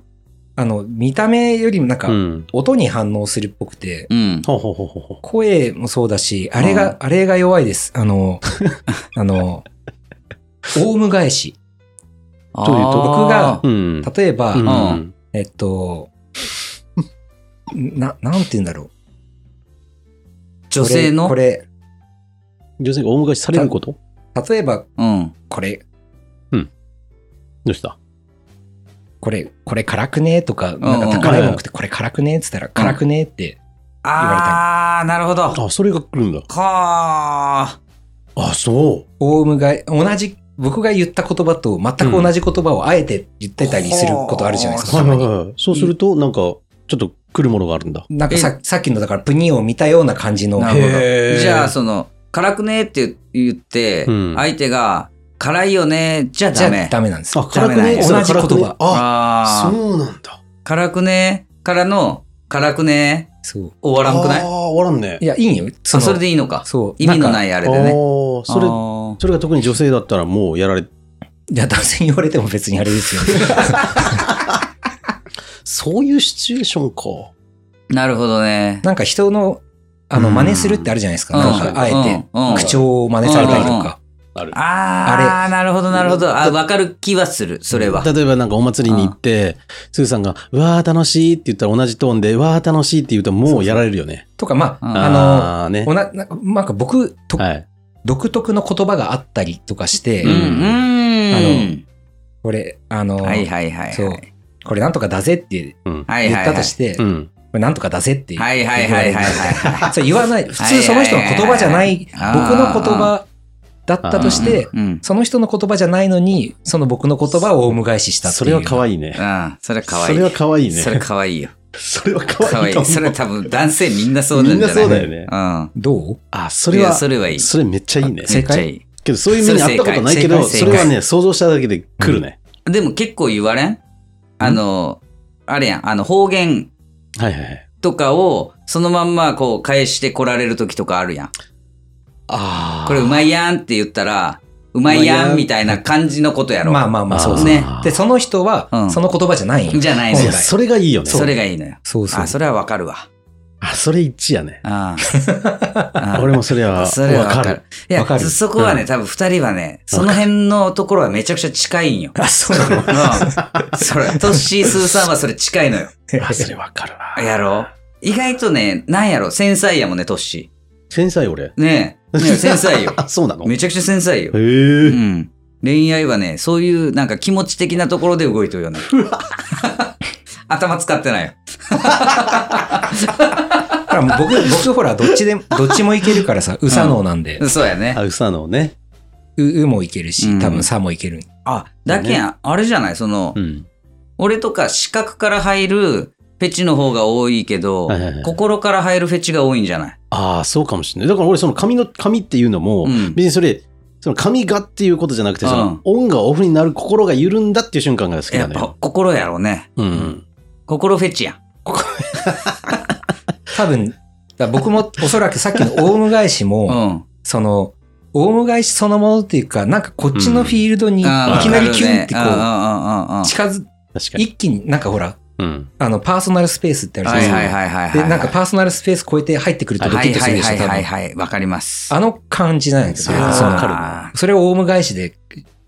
Speaker 3: あの、見た目よりもなんか
Speaker 1: う、ん。
Speaker 3: 音に反応するっぽくて、
Speaker 2: うん。
Speaker 1: ほうほうほうほうほ
Speaker 3: 声もそうだし、あれ
Speaker 2: う
Speaker 3: が、あれが弱いです。あ の、あの、オウム返し。
Speaker 1: というと
Speaker 3: 僕が
Speaker 1: う。うん。
Speaker 3: 例えば、
Speaker 1: うん
Speaker 2: あ
Speaker 3: えっと、な、なんて言うんだろう。
Speaker 2: 女性の
Speaker 3: これ、
Speaker 1: 女性が大昔されること
Speaker 3: これ例えば、
Speaker 2: うん。
Speaker 3: これ、
Speaker 1: どうした
Speaker 3: これ、これ辛くねとか、
Speaker 2: ん
Speaker 3: なんか高いもん食って、これ辛くねって言ったら、辛くねって。
Speaker 2: あー、なるほど。
Speaker 1: あ、それが来るんだ。
Speaker 2: は
Speaker 1: あ、そ
Speaker 3: オウムが、同じ、僕が言った言葉と全く同じ言葉をあえて言ってたりすることあるじゃないです
Speaker 1: う。
Speaker 3: か。
Speaker 1: は
Speaker 3: た
Speaker 1: いは
Speaker 3: ま
Speaker 1: い
Speaker 3: に
Speaker 1: はい。そうすると、なんか、ちょっと来るものがあるんだ。
Speaker 3: なんかささっきのだからプニを見たような感じの。
Speaker 2: なるほど
Speaker 1: へー
Speaker 2: じゃあ、その、辛くねって言って
Speaker 1: うん、
Speaker 2: 相手が、辛いよね、じゃ
Speaker 3: じゃ
Speaker 2: ダ
Speaker 3: あ
Speaker 2: メ。
Speaker 3: ダメなんです
Speaker 1: あ、
Speaker 3: よ。
Speaker 1: 辛くね
Speaker 3: ダメない
Speaker 1: そう辛くね
Speaker 3: 同じ言葉
Speaker 1: あ、
Speaker 2: あー、
Speaker 1: そうなんだ。
Speaker 2: 辛くねからの、辛くね
Speaker 3: そう。
Speaker 2: 終わらんくない
Speaker 1: あー
Speaker 2: あ
Speaker 1: 終わらんね
Speaker 3: い。や、いいよ。
Speaker 2: そ
Speaker 3: の
Speaker 2: れでいいのか。
Speaker 3: そう。
Speaker 2: 意味の
Speaker 3: んか
Speaker 2: ないあ
Speaker 1: あ
Speaker 2: れでね。
Speaker 1: ーそれ
Speaker 2: あ、ー
Speaker 1: それが特に女性だったらもうやられ
Speaker 3: いや、男性に言われても別にあれですよ。
Speaker 1: そういうシチュエーションか。
Speaker 2: なるほどね。
Speaker 3: なんか人の、あの、真似するってあるじゃないですか。
Speaker 2: うん
Speaker 3: なんか、あえて、
Speaker 2: うん
Speaker 3: 口調を真似されたりとか。
Speaker 2: あー、なるほど、なるほど。あ、
Speaker 1: だ
Speaker 2: わかる気はする、それは。
Speaker 1: 例えばなんかお祭りに行って、すーさんが、うわー楽しいって言ったら同じトーンで、うわー楽しいって言うともうやられるよね。
Speaker 3: とか、ま
Speaker 2: うん
Speaker 3: あ、あ
Speaker 1: あーね
Speaker 3: の、おななんかなんか僕、と
Speaker 1: はい。
Speaker 3: 独特の言葉があったりとかして、
Speaker 2: うん、う
Speaker 3: あ
Speaker 2: ん。
Speaker 3: これ、あの、
Speaker 2: はいはいはいはい。
Speaker 3: そう、これなんとかだぜって
Speaker 1: うん。
Speaker 2: はい
Speaker 3: 言
Speaker 2: は
Speaker 3: っ
Speaker 2: いは
Speaker 3: た
Speaker 2: い。
Speaker 3: として、
Speaker 1: う
Speaker 3: こ
Speaker 1: ん。
Speaker 3: れなんとかだぜって言わ
Speaker 2: は
Speaker 3: れ
Speaker 2: い
Speaker 3: る。
Speaker 2: はいはいはいはい。
Speaker 3: それ言わない。普通その人の言葉じゃない、僕
Speaker 2: はいはいはいはい
Speaker 3: の言葉だったとして、
Speaker 2: うん。
Speaker 3: その人の言葉じゃないのに、その僕の言葉をオウム返ししたっていう。
Speaker 1: それは可
Speaker 3: い
Speaker 1: 愛いね。
Speaker 2: うん。それ可
Speaker 1: そ
Speaker 2: 愛い。
Speaker 1: れは可愛いね。
Speaker 2: それ可愛いよ。
Speaker 1: それは
Speaker 2: 可
Speaker 1: 可愛
Speaker 2: 愛
Speaker 1: いと
Speaker 2: い。
Speaker 1: 思
Speaker 2: そうれ多分男性みんなそうなんじゃない
Speaker 1: みんなそうだよね
Speaker 2: うん。
Speaker 3: い。どう
Speaker 1: あ、そ
Speaker 2: そ
Speaker 1: れは、
Speaker 2: そ
Speaker 1: そ
Speaker 2: れはいい。
Speaker 1: れめっちゃいいね。
Speaker 2: め
Speaker 3: 正
Speaker 2: っちゃい
Speaker 3: 解
Speaker 2: い。
Speaker 1: けどそういう目にあったことないけど、
Speaker 2: それ
Speaker 1: そ
Speaker 2: 正解正解
Speaker 1: れはね、想像しただけで来るね。
Speaker 2: でも結構言われんあの、あれやん、あの方言
Speaker 1: はいはいはい。
Speaker 2: とかをそのまんまこう返してこられる時とかあるやん。
Speaker 1: あ
Speaker 2: これうまいやんって言ったら、うまいやんみたいな感じのことやろ。
Speaker 3: まあまあまあ、そうそう。
Speaker 2: ね
Speaker 3: で、その人
Speaker 2: う
Speaker 3: は
Speaker 2: ん、
Speaker 3: その言葉じゃないんよ
Speaker 2: じゃない
Speaker 1: い
Speaker 2: の
Speaker 1: や、
Speaker 2: よ。
Speaker 1: それがいいよね。
Speaker 2: それがいいのよ。
Speaker 3: そうそう
Speaker 2: あ、。それはわかるわ。
Speaker 1: あ、それ一致やね。
Speaker 2: ああ
Speaker 1: 俺もそれはわ
Speaker 2: それはわ
Speaker 1: か
Speaker 2: か
Speaker 1: る
Speaker 2: る。。いや
Speaker 3: わか、る
Speaker 2: そこは
Speaker 1: う
Speaker 2: ね、多分二人はね、その辺のところはめちゃくちゃ近いんよ。
Speaker 3: あ、そうなの
Speaker 2: うんそれ、トッシースーさんはそれ近いのよ。
Speaker 1: あ、それわかるわ。
Speaker 2: やろ意外とね、なんやろ、繊細やもんね、トッシ
Speaker 1: 繊細俺。。
Speaker 2: ー。ねえ、ねえ繊細よ
Speaker 1: あ、 そうなのへ
Speaker 2: めちゃくちゃ繊細よ。う
Speaker 1: え。
Speaker 2: ん。恋愛はね、そういうなんか気持ち的なところで動いてるよね。頭使ってないよ。
Speaker 3: だからもう僕、僕ほら、どっちでも、どっちもいけるからさ、うさのうなんで、
Speaker 2: そうやね
Speaker 1: あ、。うさのね。
Speaker 3: う、うもいける
Speaker 2: うん
Speaker 3: し、多分さもいける。
Speaker 2: あ、だけん、あれじゃないその、
Speaker 1: うん。
Speaker 2: 俺とか視覚から入るフェチの方が多いけど、
Speaker 1: はいはいはい
Speaker 2: 心から入るフェチが多いんじゃない
Speaker 1: ああ、そうかもしれない。だから俺、その髪の、髪っていうのも
Speaker 2: うん、
Speaker 1: 別にそれ、その髪がっていうことじゃなくて、
Speaker 2: うん
Speaker 1: その、オンがオフになる心が緩んだっていう瞬間が好き
Speaker 2: や
Speaker 1: な
Speaker 2: っ
Speaker 1: の
Speaker 2: ぱ
Speaker 1: よ。
Speaker 2: 心やろうね。
Speaker 1: うん。
Speaker 2: 心フェチやん。
Speaker 3: 多分、だから僕もおそらくさっきのオウム返しも、
Speaker 2: うん。
Speaker 3: その、オウム返しそのものっていうか、なんかこっちのフィールドにいき
Speaker 2: あー
Speaker 3: なりキュンってこ
Speaker 2: わかるね
Speaker 3: う、
Speaker 2: うんうんうんうんうん
Speaker 3: 近づ、
Speaker 1: 確かに。
Speaker 3: 一気になんかほら、
Speaker 1: うん。
Speaker 3: あの、パーソナルスペースってあるじゃ
Speaker 2: は
Speaker 3: ない
Speaker 2: い
Speaker 3: ですか
Speaker 2: はいはいはいはい。
Speaker 3: で、なんかパーソナルスペース越えて入ってくるとド
Speaker 2: は
Speaker 3: キ
Speaker 2: い
Speaker 3: ッとす
Speaker 2: は
Speaker 3: る
Speaker 2: い
Speaker 3: でし
Speaker 2: は
Speaker 3: ょ、
Speaker 2: い
Speaker 3: 多
Speaker 2: はい
Speaker 3: 分。
Speaker 2: はい。わかります。
Speaker 3: あの感じなんですよ。
Speaker 1: あー
Speaker 3: その
Speaker 1: わかる
Speaker 2: な
Speaker 3: それをオウム返しで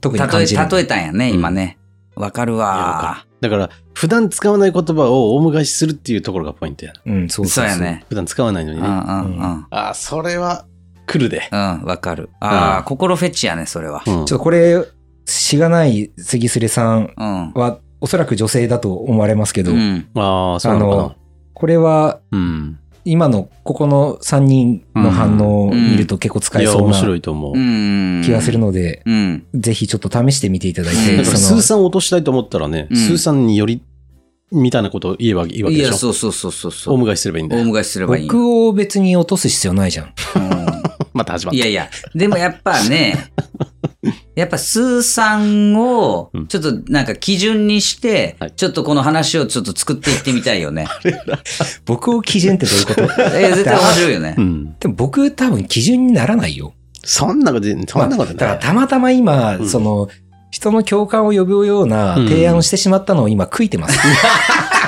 Speaker 3: 特に感じる。
Speaker 2: 例え、例えたんやね、今ね。わかる
Speaker 1: いやわか
Speaker 2: わ。
Speaker 1: だから、普段使わない言葉をオウム返しするっていうところがポイントやな。
Speaker 3: うん、そうそ
Speaker 2: そう
Speaker 3: う
Speaker 2: や
Speaker 3: そう。
Speaker 2: ね。
Speaker 1: 普段使わないの
Speaker 2: う
Speaker 1: に
Speaker 2: んう
Speaker 1: ね。
Speaker 2: ん
Speaker 1: あ
Speaker 2: うん。
Speaker 1: あー、それは、来るで。
Speaker 2: うん、わかる。あ
Speaker 1: う
Speaker 2: あ、心フェチやね、それは
Speaker 1: う。ん
Speaker 3: ちょっとこれ、しがない杉すれさん
Speaker 2: うん。
Speaker 3: は、おそらく女性だと思われますけど、
Speaker 2: うん。
Speaker 1: ああ、そうなのかな。
Speaker 3: これは、
Speaker 1: うん。
Speaker 3: 今のここの3人の反応を見ると結構使
Speaker 1: い
Speaker 3: え
Speaker 1: や、
Speaker 3: そう
Speaker 1: 面
Speaker 3: な
Speaker 1: 白いと思う。
Speaker 2: うん。
Speaker 3: 気がするので、
Speaker 2: うん。
Speaker 3: ぜひちょっと試してみていただい
Speaker 2: うん
Speaker 3: て、
Speaker 1: だから、
Speaker 3: そ
Speaker 1: スー
Speaker 3: の、
Speaker 1: さんを落としたいと思ったらね、
Speaker 2: うん
Speaker 1: スーさんにより、みたいなことを言えばいいわけ
Speaker 2: い
Speaker 1: で
Speaker 2: や、
Speaker 1: しょ。
Speaker 2: そうそうそうそうそう。
Speaker 1: オウム返しすればいいんだ
Speaker 2: 大
Speaker 1: よ。
Speaker 2: 昔すればいい。
Speaker 3: 僕を別に落とす必要ないじゃん。
Speaker 2: う
Speaker 1: また始ま
Speaker 2: ん
Speaker 1: っ
Speaker 2: いやいや、でもやっぱ ね、やっぱスーさんを
Speaker 1: うん、
Speaker 2: ちょっとなんか基準にして
Speaker 1: はい、
Speaker 2: ちょっとこの話をちょっと作っていってみた いよね。
Speaker 3: 僕を基準ってどういうこと
Speaker 2: え絶対面白いよね
Speaker 1: た。う。ん。
Speaker 3: でも僕多分基準にならないよ。
Speaker 1: そんなこと、そんなこと
Speaker 3: まあだか
Speaker 1: な
Speaker 3: ら
Speaker 1: い。
Speaker 3: たまたま今、
Speaker 1: うん
Speaker 3: その、人の共感を呼ぶような提案をしてしまったのを今悔いてます。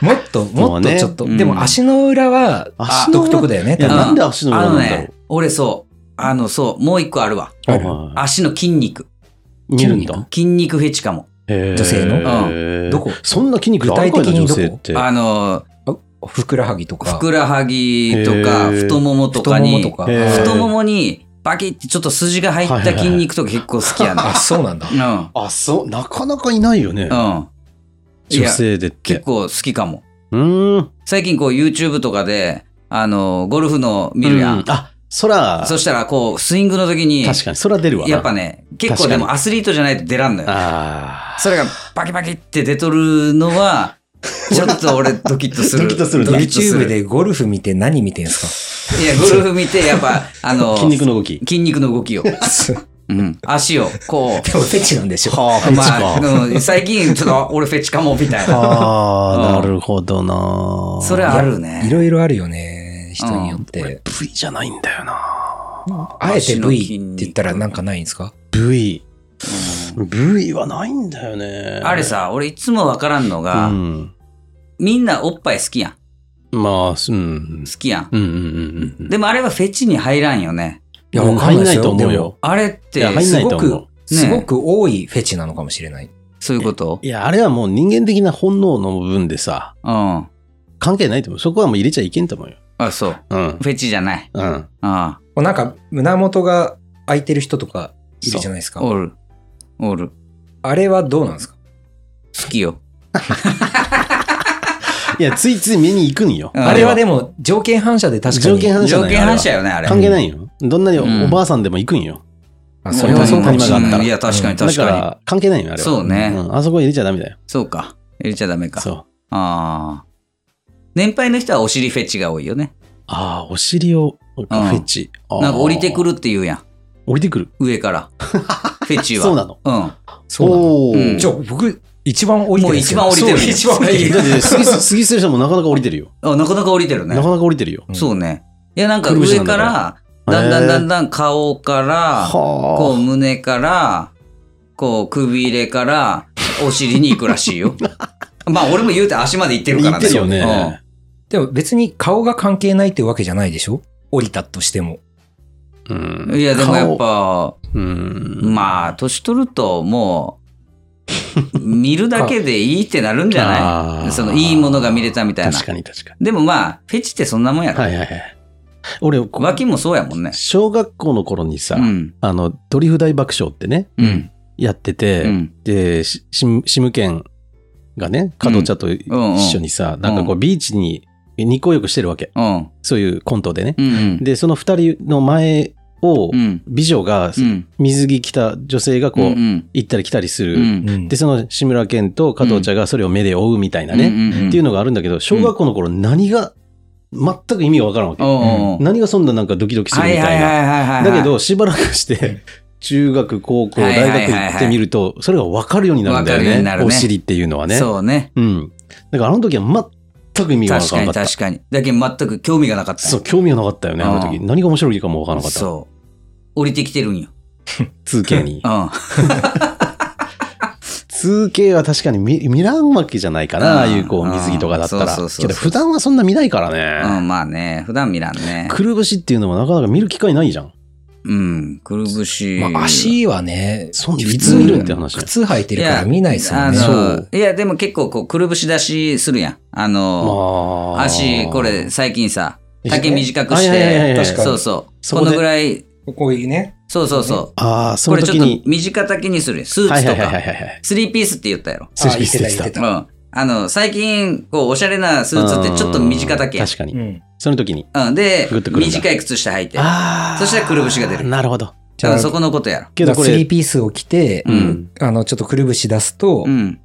Speaker 3: もっと、
Speaker 1: も
Speaker 3: も
Speaker 1: う
Speaker 3: っと
Speaker 1: ね
Speaker 3: ちょっと。
Speaker 2: うん
Speaker 3: でも足の裏は
Speaker 1: 足の
Speaker 3: 独
Speaker 1: 裏
Speaker 3: 特だよね。
Speaker 1: いや、
Speaker 3: 多分
Speaker 1: なんで足の裏
Speaker 2: あ
Speaker 1: なん
Speaker 2: の
Speaker 1: だろ
Speaker 2: ね、俺そう、あのそう、もう一個あるわ。
Speaker 3: あ
Speaker 1: う
Speaker 3: の
Speaker 1: はい
Speaker 2: 足の筋肉。
Speaker 1: 見るんだ。
Speaker 2: 筋肉フェチかも。
Speaker 1: 女
Speaker 3: 女性の
Speaker 1: の
Speaker 3: どこ
Speaker 1: そんな筋肉ってあるか
Speaker 3: 具体
Speaker 1: な
Speaker 3: 的に
Speaker 1: 女
Speaker 3: どこ
Speaker 1: 性って。
Speaker 2: あの、
Speaker 3: ふくらはぎとか
Speaker 2: ふ、くらはぎとか、
Speaker 1: へー
Speaker 2: 太ももと
Speaker 3: 太
Speaker 2: か
Speaker 3: もも
Speaker 2: に、
Speaker 3: とか。
Speaker 1: へー
Speaker 2: 太ももにバキってちょっと筋が入った筋肉とか結構好きや
Speaker 3: あ、
Speaker 2: な。
Speaker 3: そうなんだ。
Speaker 1: あ、そう、なかなかいないよね
Speaker 2: う。ん。うん。い
Speaker 1: 女
Speaker 2: や、
Speaker 1: 性でって。
Speaker 2: 結構好きかも。
Speaker 1: うーん。
Speaker 2: 最近こう YouTube とかで、あの、ゴルフの見るや。
Speaker 1: うんあ、空、
Speaker 2: そしたらこう、スイングの時に、
Speaker 1: 確かに空出るわな。
Speaker 2: やっぱね、結構でもアスリートじゃないと出らんのよ。
Speaker 1: あ
Speaker 2: それがバキバキって出とるのは、ちょっと俺 ドキッとする。
Speaker 1: ドキッとするね
Speaker 2: ドキッとす
Speaker 3: YouTube
Speaker 2: る。
Speaker 3: でゴルフ見て何見てんす
Speaker 2: いや、ゴルフ見て、やっぱ、あ
Speaker 1: あ。
Speaker 2: の、
Speaker 1: 筋肉の動き。
Speaker 2: 筋肉の動きを。
Speaker 3: か
Speaker 2: うん。足を、こ
Speaker 3: でもフェチなんでしょ。
Speaker 1: は
Speaker 2: う。まあ、うん最近、ちょっと俺フェチかも、みたいな。
Speaker 1: ああ、な
Speaker 2: うん
Speaker 1: るほどな。
Speaker 2: それはあるね。
Speaker 3: いろいろあるよね、人によっ
Speaker 1: 俺
Speaker 3: て。
Speaker 1: V じゃないんだよな。
Speaker 3: あえて
Speaker 2: 足の
Speaker 3: V
Speaker 2: 筋肉
Speaker 3: って言ったらなんかないんですか
Speaker 1: V。
Speaker 2: うん
Speaker 1: V はないんだよね。
Speaker 2: あれ。さ、俺いつもわからんの
Speaker 1: う
Speaker 2: が、
Speaker 1: ん。
Speaker 2: みんなおっぱい好きやん。好
Speaker 1: まあ、すうん。
Speaker 2: きやん。
Speaker 1: うんうんうんうん。
Speaker 2: でもあれはフェチに入らんよね。
Speaker 3: いや
Speaker 1: うん
Speaker 3: わかん
Speaker 1: 入
Speaker 3: なんい
Speaker 1: な
Speaker 3: です
Speaker 1: い
Speaker 3: よ
Speaker 1: と思うよ。
Speaker 2: あれっ
Speaker 1: いや、
Speaker 2: て、
Speaker 1: 入んないと思
Speaker 3: すご
Speaker 1: う。
Speaker 3: すごく多いフェチなのかもしれない。
Speaker 2: そういうこと
Speaker 1: いや、あれはもう人間的な本能の部分でさ、
Speaker 2: うん。
Speaker 1: 関係ないと思う。そこはもう入れちゃいけんと思うよ。
Speaker 2: あ、そう。
Speaker 1: うん。
Speaker 2: フェチじゃない。
Speaker 1: うん。
Speaker 2: あ
Speaker 3: もうなんか胸元が開いてる人とかいるじゃないです
Speaker 2: あ、
Speaker 3: か。
Speaker 2: おる。おる。
Speaker 3: あれはどうなんですか
Speaker 2: 好きよ。
Speaker 1: いや、ついつい目に行くんよ。
Speaker 2: うん
Speaker 3: あれはでも条件反射で確かに。
Speaker 1: 条件反射
Speaker 2: 条
Speaker 1: なんよ
Speaker 2: 件反射よね、あれ。
Speaker 1: 関係ないよ。どんなに
Speaker 2: うん
Speaker 1: おばあさんでも行くんよ。
Speaker 3: あそれはそうかもし
Speaker 1: 谷間
Speaker 3: れ
Speaker 1: があった
Speaker 3: な
Speaker 1: ら
Speaker 3: い。
Speaker 2: いや、確かに
Speaker 1: だ
Speaker 2: 確
Speaker 1: か
Speaker 2: かに。
Speaker 1: ら、関係ないよ、あれは。
Speaker 2: そうね
Speaker 1: んあそこ入れちゃダメだよ。
Speaker 2: そうか。入れちゃダメか。
Speaker 1: そう。
Speaker 2: ああ。年配の人はお尻フェチが多いよね。
Speaker 1: ああ、お尻を、フェチ。あー
Speaker 2: なんか降りてく。るって言うやん。
Speaker 1: 降りてくる。
Speaker 2: 上から。フェチは。
Speaker 1: そうなの。
Speaker 2: うん。
Speaker 3: そうなの。
Speaker 1: おー
Speaker 2: うん
Speaker 3: じゃあ僕一番降りて
Speaker 2: も
Speaker 3: る
Speaker 2: う
Speaker 3: んで
Speaker 2: 一
Speaker 3: すよ
Speaker 2: 番降りてる。
Speaker 3: そう一番降りてる。
Speaker 2: いや
Speaker 1: だって、杉す杉する人もなかなか降りてるよ。
Speaker 2: あなかなか降りてるね
Speaker 1: な。かなか降りてるよ。
Speaker 3: うん
Speaker 2: そうね。いや、なんか
Speaker 1: くるぶし
Speaker 2: 上
Speaker 1: なん
Speaker 2: か
Speaker 1: だら
Speaker 2: ら、だんだ
Speaker 1: へ
Speaker 2: ん
Speaker 1: ー
Speaker 2: だんだん顔から、こ
Speaker 1: は
Speaker 2: う胸から、こうくびれから、お尻に行くらしいよ。まあ俺も言うて足まで行ってるから
Speaker 1: 行ってるよね
Speaker 2: うん
Speaker 3: でも別に顔が関係ないってわけじゃないでしょ降りたとしても。
Speaker 1: うん
Speaker 2: いや、でもやっ、ぱ、
Speaker 1: 顔うん。
Speaker 2: まあ、年取ると、もう、見るだけでいいってなるんじ ゃ
Speaker 1: あ
Speaker 2: な
Speaker 1: ー
Speaker 2: いその、いいものが見れたみたいな
Speaker 1: 確。かに確か
Speaker 2: でもまあ、フェチってそんなもんや
Speaker 1: に。は
Speaker 2: ろ。
Speaker 1: いはいはい。俺、こ
Speaker 2: 脇もそうやもんね。
Speaker 1: 小学校の頃にさ、
Speaker 2: うん。
Speaker 1: あの、ドリフ大爆笑ってね、
Speaker 2: うん。
Speaker 1: やって
Speaker 2: う
Speaker 1: て、
Speaker 2: ん。
Speaker 1: で、ししむシムケンがね、加藤茶と一
Speaker 2: うんうん
Speaker 1: 緒にさ、なんかこう、ビーチに日光浴してるわけ。
Speaker 2: うん。
Speaker 1: そういうコントでね。
Speaker 2: うん。
Speaker 1: で、その二人の前を、
Speaker 2: うん。
Speaker 1: 美女が
Speaker 2: うん。うん。
Speaker 1: 水着着た女性がこう、
Speaker 2: うん。
Speaker 1: 行ったり来たりする。
Speaker 2: うん。
Speaker 3: うん
Speaker 1: で、その志村けんと加藤茶がそれを目で追うみたいなね。
Speaker 2: ね
Speaker 1: っていう
Speaker 2: の
Speaker 1: のがあるんだけど、小学校の頃何が、全く意味がわからんわけ。
Speaker 2: を
Speaker 1: 何がそんななんかドキドキする
Speaker 2: は
Speaker 1: み
Speaker 2: いは
Speaker 1: た
Speaker 2: い
Speaker 1: い
Speaker 2: は
Speaker 1: な。
Speaker 2: いはいはい。
Speaker 1: だけど、しばらくし
Speaker 3: う
Speaker 1: て
Speaker 3: ん、
Speaker 1: 中学、高校、
Speaker 2: はいはいはいはい
Speaker 1: 大学行ってみると、それがわかるようになるんだよ
Speaker 2: わかるよう
Speaker 1: ね。
Speaker 2: になるね
Speaker 1: お尻っていうのはね。
Speaker 2: そうね。
Speaker 1: うん。だからあの時は全く意味がわ
Speaker 2: 確
Speaker 1: から
Speaker 2: か
Speaker 1: なか
Speaker 2: に
Speaker 1: った。
Speaker 2: 確かに。だけど全く興味がなかった。
Speaker 1: そう、興味がなかったよね、あの時。
Speaker 2: う
Speaker 1: 何が面白いかもわからなかった。
Speaker 2: そう。降りてきてるんよ。
Speaker 1: 2K に
Speaker 2: う。ん。
Speaker 1: 2K は確かに見見らんわけじゃないかな、
Speaker 2: うん
Speaker 1: ああいうこう水着とかだったら
Speaker 2: うんそう。そうそうそ
Speaker 1: け
Speaker 2: う
Speaker 1: ど普段はそんな見ないから
Speaker 2: う
Speaker 1: ね。
Speaker 2: ん、まあね、普段見らんね。
Speaker 1: くるぶしっていうのもなかなか見る機会ないじゃん。
Speaker 2: うん、くるぶし。
Speaker 3: まあ、足はね、
Speaker 1: そん
Speaker 3: 普
Speaker 1: い
Speaker 3: 通
Speaker 1: つ
Speaker 3: に
Speaker 1: 見るんって話。
Speaker 3: 靴履いてるから見ないですよね。
Speaker 2: や
Speaker 1: そ
Speaker 2: あ
Speaker 1: う
Speaker 2: のいや、でも結構こう、くるぶし出しするやん。あの、
Speaker 1: ま
Speaker 2: 足、これ、最近さ、
Speaker 1: いいね
Speaker 2: 丈短くし
Speaker 1: あいやいやいや
Speaker 2: て、
Speaker 1: いや
Speaker 3: 確かに
Speaker 2: そうそう。
Speaker 1: そ
Speaker 2: こ
Speaker 1: こで
Speaker 2: のぐらい、
Speaker 3: ここいいね。
Speaker 2: そうそうそう。
Speaker 1: ああ、そ
Speaker 2: こ
Speaker 1: の
Speaker 2: れちょ
Speaker 1: 時
Speaker 2: っと
Speaker 1: に。
Speaker 2: 短丈にするやん。スー
Speaker 1: はい
Speaker 2: ツ
Speaker 1: は
Speaker 2: と
Speaker 1: いはいはい
Speaker 2: か、
Speaker 1: はい。
Speaker 2: スリーピースって言ったやろ。
Speaker 1: 失
Speaker 3: あ
Speaker 1: 礼し
Speaker 3: 言
Speaker 1: ま
Speaker 3: って
Speaker 1: したた
Speaker 3: 言って
Speaker 2: う
Speaker 3: た。
Speaker 2: ん。あの、最近、こう、おしゃれなスーツってちょっと短丈や
Speaker 1: 確か
Speaker 3: う
Speaker 1: に。
Speaker 3: ん。
Speaker 1: その時に。
Speaker 2: ん。うん。で
Speaker 1: グッと、くるんだ
Speaker 2: 短い靴下履いて。
Speaker 1: ああ。
Speaker 2: そしたらくるぶしが出る
Speaker 1: なるほど。
Speaker 2: じゃあそこのことやろ。
Speaker 1: けどこ
Speaker 3: スリ
Speaker 1: れ
Speaker 3: ー、ピースを着て、
Speaker 2: うん
Speaker 3: あの、ちょっとくるぶし出すと、
Speaker 2: うん。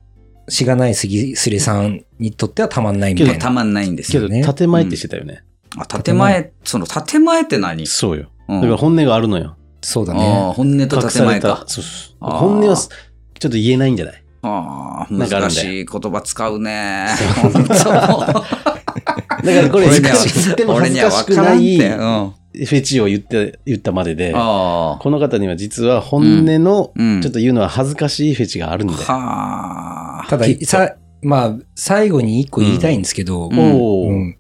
Speaker 3: しがないすぎすれさんにとってはたまんないみ
Speaker 2: け
Speaker 3: た
Speaker 2: ど
Speaker 3: い
Speaker 2: た
Speaker 3: な。
Speaker 2: まんないんです
Speaker 1: け
Speaker 2: よ。
Speaker 1: ど建前ってしてたよね。
Speaker 2: あ、建前、その建前って何
Speaker 1: そうよ。
Speaker 2: う
Speaker 1: だ
Speaker 2: ん
Speaker 1: から本音があるのよ。
Speaker 3: そうだ
Speaker 2: あ
Speaker 3: ね。
Speaker 2: あ、本音と
Speaker 1: 隠
Speaker 2: 建
Speaker 1: され
Speaker 2: 前
Speaker 1: た
Speaker 2: か。。
Speaker 1: そうそう
Speaker 2: あー
Speaker 1: 本音はすちょっと言えないんじゃない
Speaker 2: ああ、
Speaker 1: なんかあるんだよ
Speaker 2: 難しい言葉使うね。本当
Speaker 1: だ からこれ、
Speaker 2: 俺
Speaker 1: し
Speaker 2: に
Speaker 1: か
Speaker 2: は
Speaker 1: し言っても
Speaker 2: 俺
Speaker 1: 恥
Speaker 2: に
Speaker 1: ず
Speaker 2: は
Speaker 1: かし
Speaker 2: 分
Speaker 1: く
Speaker 2: から
Speaker 1: なん
Speaker 2: って。
Speaker 1: い。
Speaker 2: うん。あ
Speaker 1: フェチを言って、言ったまでで、
Speaker 2: あ。
Speaker 1: この方には実は本音の、
Speaker 2: うん。
Speaker 1: ちょっ
Speaker 2: と。
Speaker 1: と言うのは恥ずかしいフェチがあるんで。
Speaker 2: はあ。
Speaker 3: ただ
Speaker 1: きっと、
Speaker 3: さ、まあ、最後に一個言いたいんですけど、
Speaker 2: うん
Speaker 1: お
Speaker 3: う
Speaker 1: ー
Speaker 3: ん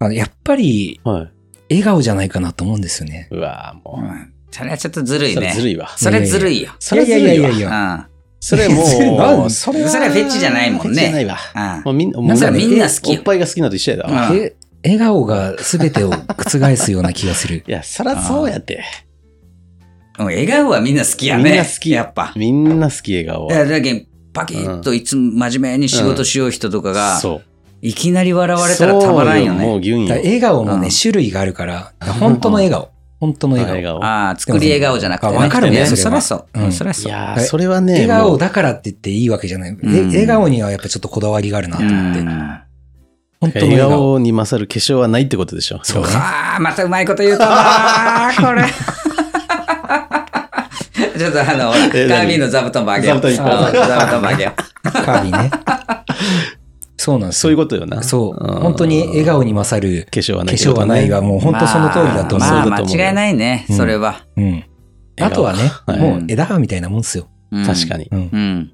Speaker 3: あのやっぱり、
Speaker 1: はい。
Speaker 3: 笑顔じゃないかなと思うんですよね。
Speaker 1: うわぁ、
Speaker 2: う
Speaker 1: も
Speaker 2: んそれはちょっとず
Speaker 1: う。
Speaker 2: るい
Speaker 1: それ
Speaker 2: ね。
Speaker 1: ずるいわ。
Speaker 2: それずるいよ。
Speaker 1: それずるいわ
Speaker 3: いやいやいやいや
Speaker 2: う。ん。
Speaker 1: それ
Speaker 3: ずるいな
Speaker 1: もう、
Speaker 3: ん
Speaker 1: それは。
Speaker 2: それはフェチじゃないもん
Speaker 1: フェ
Speaker 2: ね
Speaker 1: チじゃないわ。
Speaker 2: うん
Speaker 1: もうみんな、
Speaker 3: なんか
Speaker 1: もう
Speaker 2: みんな好きよ
Speaker 1: おっぱいが好きなのと一緒やだわ。。
Speaker 2: うん
Speaker 3: え笑顔が全てを覆すような気がする
Speaker 1: いや、そらそうやって。
Speaker 2: うん笑顔はみんな好きやね。
Speaker 1: みんな好き
Speaker 2: やっぱ。
Speaker 1: みんな好き笑顔
Speaker 2: い。や、だけどパキッといつも真面目に仕事しよう人とかが、
Speaker 1: そう。
Speaker 2: いきなり笑われたらたまらんよ
Speaker 1: そうも
Speaker 2: ね。
Speaker 1: うギュン
Speaker 3: だか
Speaker 1: よ。
Speaker 3: ら笑顔もね、
Speaker 2: うん
Speaker 3: 種類があるから、本当の笑顔。本当の
Speaker 1: あ
Speaker 3: 笑
Speaker 1: 笑
Speaker 3: 顔。
Speaker 1: 顔。
Speaker 2: ああ、作り笑顔じゃなくて、ね。
Speaker 3: わ
Speaker 1: かるね
Speaker 2: いやそ
Speaker 3: そ
Speaker 2: り
Speaker 3: れ
Speaker 2: ゃ
Speaker 3: は
Speaker 2: そう。
Speaker 3: うん
Speaker 2: うん、そりゃ
Speaker 1: い
Speaker 2: そう。
Speaker 1: やー
Speaker 3: え
Speaker 1: それはね、
Speaker 3: 笑
Speaker 1: も
Speaker 3: 顔
Speaker 1: う
Speaker 3: だからって言っていいわけじゃない。え
Speaker 2: うん
Speaker 3: 笑顔にはやっぱちょっとこだわりがあるなと思って。
Speaker 2: うん
Speaker 3: 本当の
Speaker 1: 笑
Speaker 3: 笑顔。
Speaker 1: 顔に勝る化粧はないってことでしょ。
Speaker 3: そうね。
Speaker 2: ああ、またうまいこと言うたなー、これ。 ちょっとあの、ほら
Speaker 1: え
Speaker 2: カービィの座布団もあげよう。
Speaker 1: 座布団
Speaker 2: あー座布団もあげよう。
Speaker 3: カービィね。そうなんですよ。
Speaker 1: そういうことよな。
Speaker 3: そう。
Speaker 1: ん
Speaker 3: 本当に笑顔に勝る
Speaker 1: 化粧は
Speaker 3: 化
Speaker 1: ないって
Speaker 3: 粧
Speaker 1: こと
Speaker 3: は
Speaker 1: ね。
Speaker 3: ないが、もう本当その通りだと思う。
Speaker 2: まあ、
Speaker 1: そう
Speaker 2: ま
Speaker 1: だと
Speaker 2: あ
Speaker 1: 思う
Speaker 2: 間違いないね、
Speaker 3: うん
Speaker 2: それは。
Speaker 3: うん。あとはね、
Speaker 1: はい
Speaker 3: もう枝葉みたいなもんですよ。
Speaker 1: 確か
Speaker 2: に。
Speaker 1: に。
Speaker 3: うん。
Speaker 2: うん。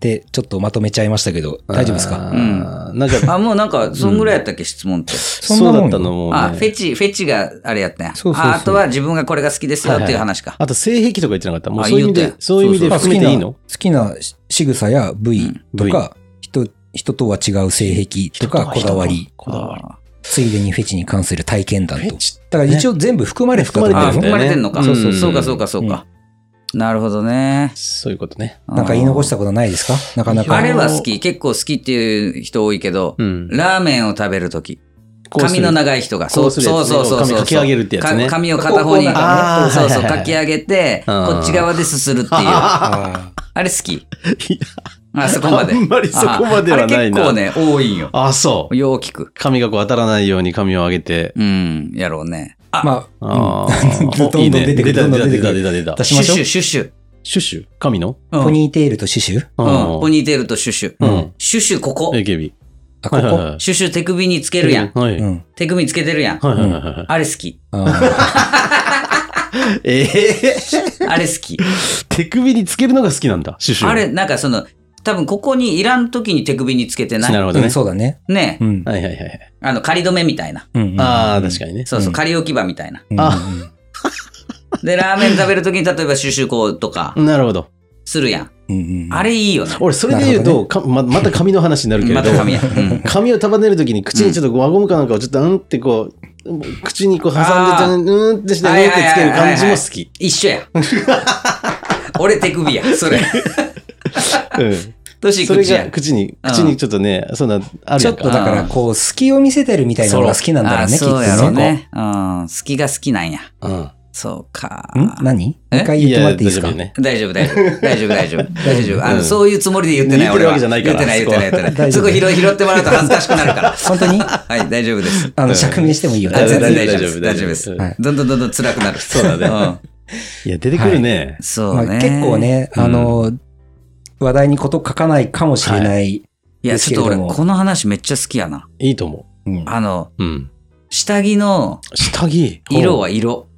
Speaker 3: で、ちょっとまとめちゃいましたけど、大丈夫ですか
Speaker 1: あーなんか、
Speaker 2: あ、もうなんか、そんぐらいやったっけ、質問って。
Speaker 3: そん
Speaker 1: そ
Speaker 3: な
Speaker 1: うだ
Speaker 3: もん
Speaker 1: った
Speaker 3: よ
Speaker 1: のもうね。
Speaker 2: あ、フェチ、フェチがあれやったんや。
Speaker 3: そうそうそう
Speaker 2: ああとは自分がこれが好きですよっていう話か。
Speaker 1: あと性癖とか言ってなかった。もう
Speaker 2: あ
Speaker 1: そういう意味
Speaker 2: 言う
Speaker 1: で
Speaker 2: て、
Speaker 1: そういう意味で
Speaker 3: まあ好
Speaker 1: 含
Speaker 3: き
Speaker 1: め
Speaker 3: な
Speaker 1: ていいの
Speaker 3: 好きなし仕草や部位とか、人人とは違う性癖とかこだわり、
Speaker 1: こだわり。
Speaker 3: ついでにフェチに関する体験談
Speaker 1: フ
Speaker 3: と。
Speaker 1: ェチ
Speaker 3: だから一応全部含まれてたと
Speaker 1: 含
Speaker 2: あ
Speaker 1: ま
Speaker 2: あ、
Speaker 1: れて
Speaker 2: 含
Speaker 1: る
Speaker 2: まれてんのか。
Speaker 1: そうそう
Speaker 2: そうか、そうか、そうか。なるほどね。
Speaker 1: そういうことね。
Speaker 3: なんか言い残したことないですかなかな
Speaker 2: あ
Speaker 3: か。
Speaker 2: れは好き。結構好きっていう人多いけど、
Speaker 1: うん。
Speaker 2: ラーメンを食べるとき。
Speaker 1: こうす
Speaker 2: 髪
Speaker 1: る
Speaker 2: の長い人が。
Speaker 1: こうするやつ
Speaker 2: そう
Speaker 1: ね
Speaker 2: そうそうそう
Speaker 1: 髪かき上げるってやつね
Speaker 2: か髪を片方に、
Speaker 3: こうこう
Speaker 1: なんかね
Speaker 2: そう
Speaker 1: あーはいは
Speaker 2: そう、
Speaker 1: いはい
Speaker 2: かき上げて、
Speaker 1: うん
Speaker 2: こっち側です するっていう。あ
Speaker 3: あー
Speaker 2: れ好き。あそこまで。
Speaker 1: あんまりそこまではないな
Speaker 2: ああれ結構ね、多いんよ。
Speaker 1: あ、そう。
Speaker 2: よう聞く。
Speaker 1: 髪がこう当たらないように髪を上げて。
Speaker 2: うん、やろうね。あ、
Speaker 3: ま
Speaker 1: あ
Speaker 3: あ、
Speaker 1: ー
Speaker 3: どんどん
Speaker 1: いいね
Speaker 3: 出てくる
Speaker 1: 出た
Speaker 3: どんどん
Speaker 1: 出
Speaker 3: 出てく
Speaker 1: た
Speaker 3: る
Speaker 1: 出た出た
Speaker 3: 出
Speaker 1: 出た。
Speaker 2: シ
Speaker 3: し
Speaker 2: ュ
Speaker 3: ま
Speaker 2: ッ
Speaker 3: しょ
Speaker 2: シ
Speaker 3: う
Speaker 2: ュ、。シュッシュ。
Speaker 1: シュッシュ髪の
Speaker 2: うん
Speaker 3: ポニーテールとシュシュ
Speaker 1: う
Speaker 2: うん、ポ
Speaker 1: ん。
Speaker 2: ニーテールとシュッシュ。
Speaker 1: う
Speaker 3: うんん。
Speaker 2: シュッシュここ。
Speaker 1: AKB。
Speaker 3: あ、ここ、
Speaker 1: はいはいはい
Speaker 2: シュッシュ手首につけるやん。
Speaker 1: はい。
Speaker 3: う
Speaker 1: はい
Speaker 3: ん。
Speaker 2: 手首につけてるやん。
Speaker 1: はいはいはい。
Speaker 2: あれ好き。
Speaker 3: あ
Speaker 1: ええ
Speaker 2: あれ好き。
Speaker 1: 手首につけるのが好きなんだ、シュシュ。
Speaker 2: あれ、なんかその、多分ここにいらん時に手首につけてない。
Speaker 1: なるほど
Speaker 3: う
Speaker 1: ね
Speaker 3: ん。そうだね。
Speaker 2: ね
Speaker 3: う。ん。
Speaker 1: はいはいはいはい。
Speaker 2: あの、仮止めみたいな。
Speaker 3: うん
Speaker 1: ああ、確かにね。
Speaker 2: そうそう、
Speaker 3: うん
Speaker 2: 仮置き場みたいな。
Speaker 3: に
Speaker 1: あ
Speaker 2: で、ラーメン食べる時に、例えばシュシュコとか
Speaker 1: なるほど。
Speaker 2: するやん。あ
Speaker 3: れ
Speaker 2: れいいよね。
Speaker 1: 俺、それで言う
Speaker 3: なる
Speaker 1: と、かままた髪の話になるけれ
Speaker 2: ま
Speaker 1: ど
Speaker 2: た、髪や。うん
Speaker 1: 髪を束ねるときに口にちょっと輪ゴムかなんかをちょっとうんってこう、口にこう挟んで
Speaker 2: あー、
Speaker 1: うんってして、うんってつける感じも好き。
Speaker 2: 一緒や。俺手首や、それ。
Speaker 1: うん
Speaker 2: 年
Speaker 1: それ
Speaker 2: 口や
Speaker 1: が。口に、
Speaker 2: うん
Speaker 1: 口にちょっとね、そんな、ある
Speaker 3: ちょ
Speaker 1: やん
Speaker 3: っと
Speaker 1: か。
Speaker 3: だから、こう、隙を見せてるみたいなのが好きなんだろうね、
Speaker 2: あ
Speaker 3: きっと
Speaker 2: そうやろう
Speaker 3: ね。
Speaker 2: ね。うん。好きが好きなんや。
Speaker 1: うん
Speaker 2: そうか。
Speaker 3: ん何
Speaker 2: え
Speaker 3: もう一回言ってもらっていいですか
Speaker 1: や大丈夫よね。
Speaker 2: 大丈夫、大丈夫。大丈夫、大丈夫。大丈夫。あ
Speaker 1: う
Speaker 2: の、
Speaker 1: ん
Speaker 2: そういうつもりで言ってない、
Speaker 1: 言って
Speaker 2: 俺
Speaker 1: るわ
Speaker 2: は。
Speaker 1: けじゃないから
Speaker 2: 言ってない、言ってない、言ってない。
Speaker 3: 大
Speaker 2: そ
Speaker 3: 丈
Speaker 2: こ
Speaker 3: 夫
Speaker 2: 拾い拾ってもらうと恥ずかしくなるから。
Speaker 3: 本当に
Speaker 2: はい、大丈夫です。
Speaker 3: あ
Speaker 1: う
Speaker 3: の、
Speaker 1: ん
Speaker 3: 釈明してもいいよね。
Speaker 2: あ
Speaker 1: 大
Speaker 2: 全
Speaker 1: 丈夫
Speaker 2: 然大丈夫で
Speaker 1: 大
Speaker 2: す。大
Speaker 1: 丈夫で
Speaker 2: 丈夫ですす。どんどんどんどん辛くなる。そう
Speaker 1: だね
Speaker 2: ね。
Speaker 1: いや、出てくるね。
Speaker 2: そ
Speaker 3: ま
Speaker 2: う
Speaker 3: あ
Speaker 2: ね。
Speaker 3: 結構。ね、あの、話題にこと書かないかもしれない。
Speaker 2: いや、ちょっと
Speaker 3: ですけ
Speaker 2: 俺、
Speaker 3: れども
Speaker 2: この話めっちゃ好きやな。
Speaker 1: いいと思
Speaker 3: うん
Speaker 2: あの、
Speaker 1: う。うん。
Speaker 2: 下着の
Speaker 1: 下着。
Speaker 2: 色は色。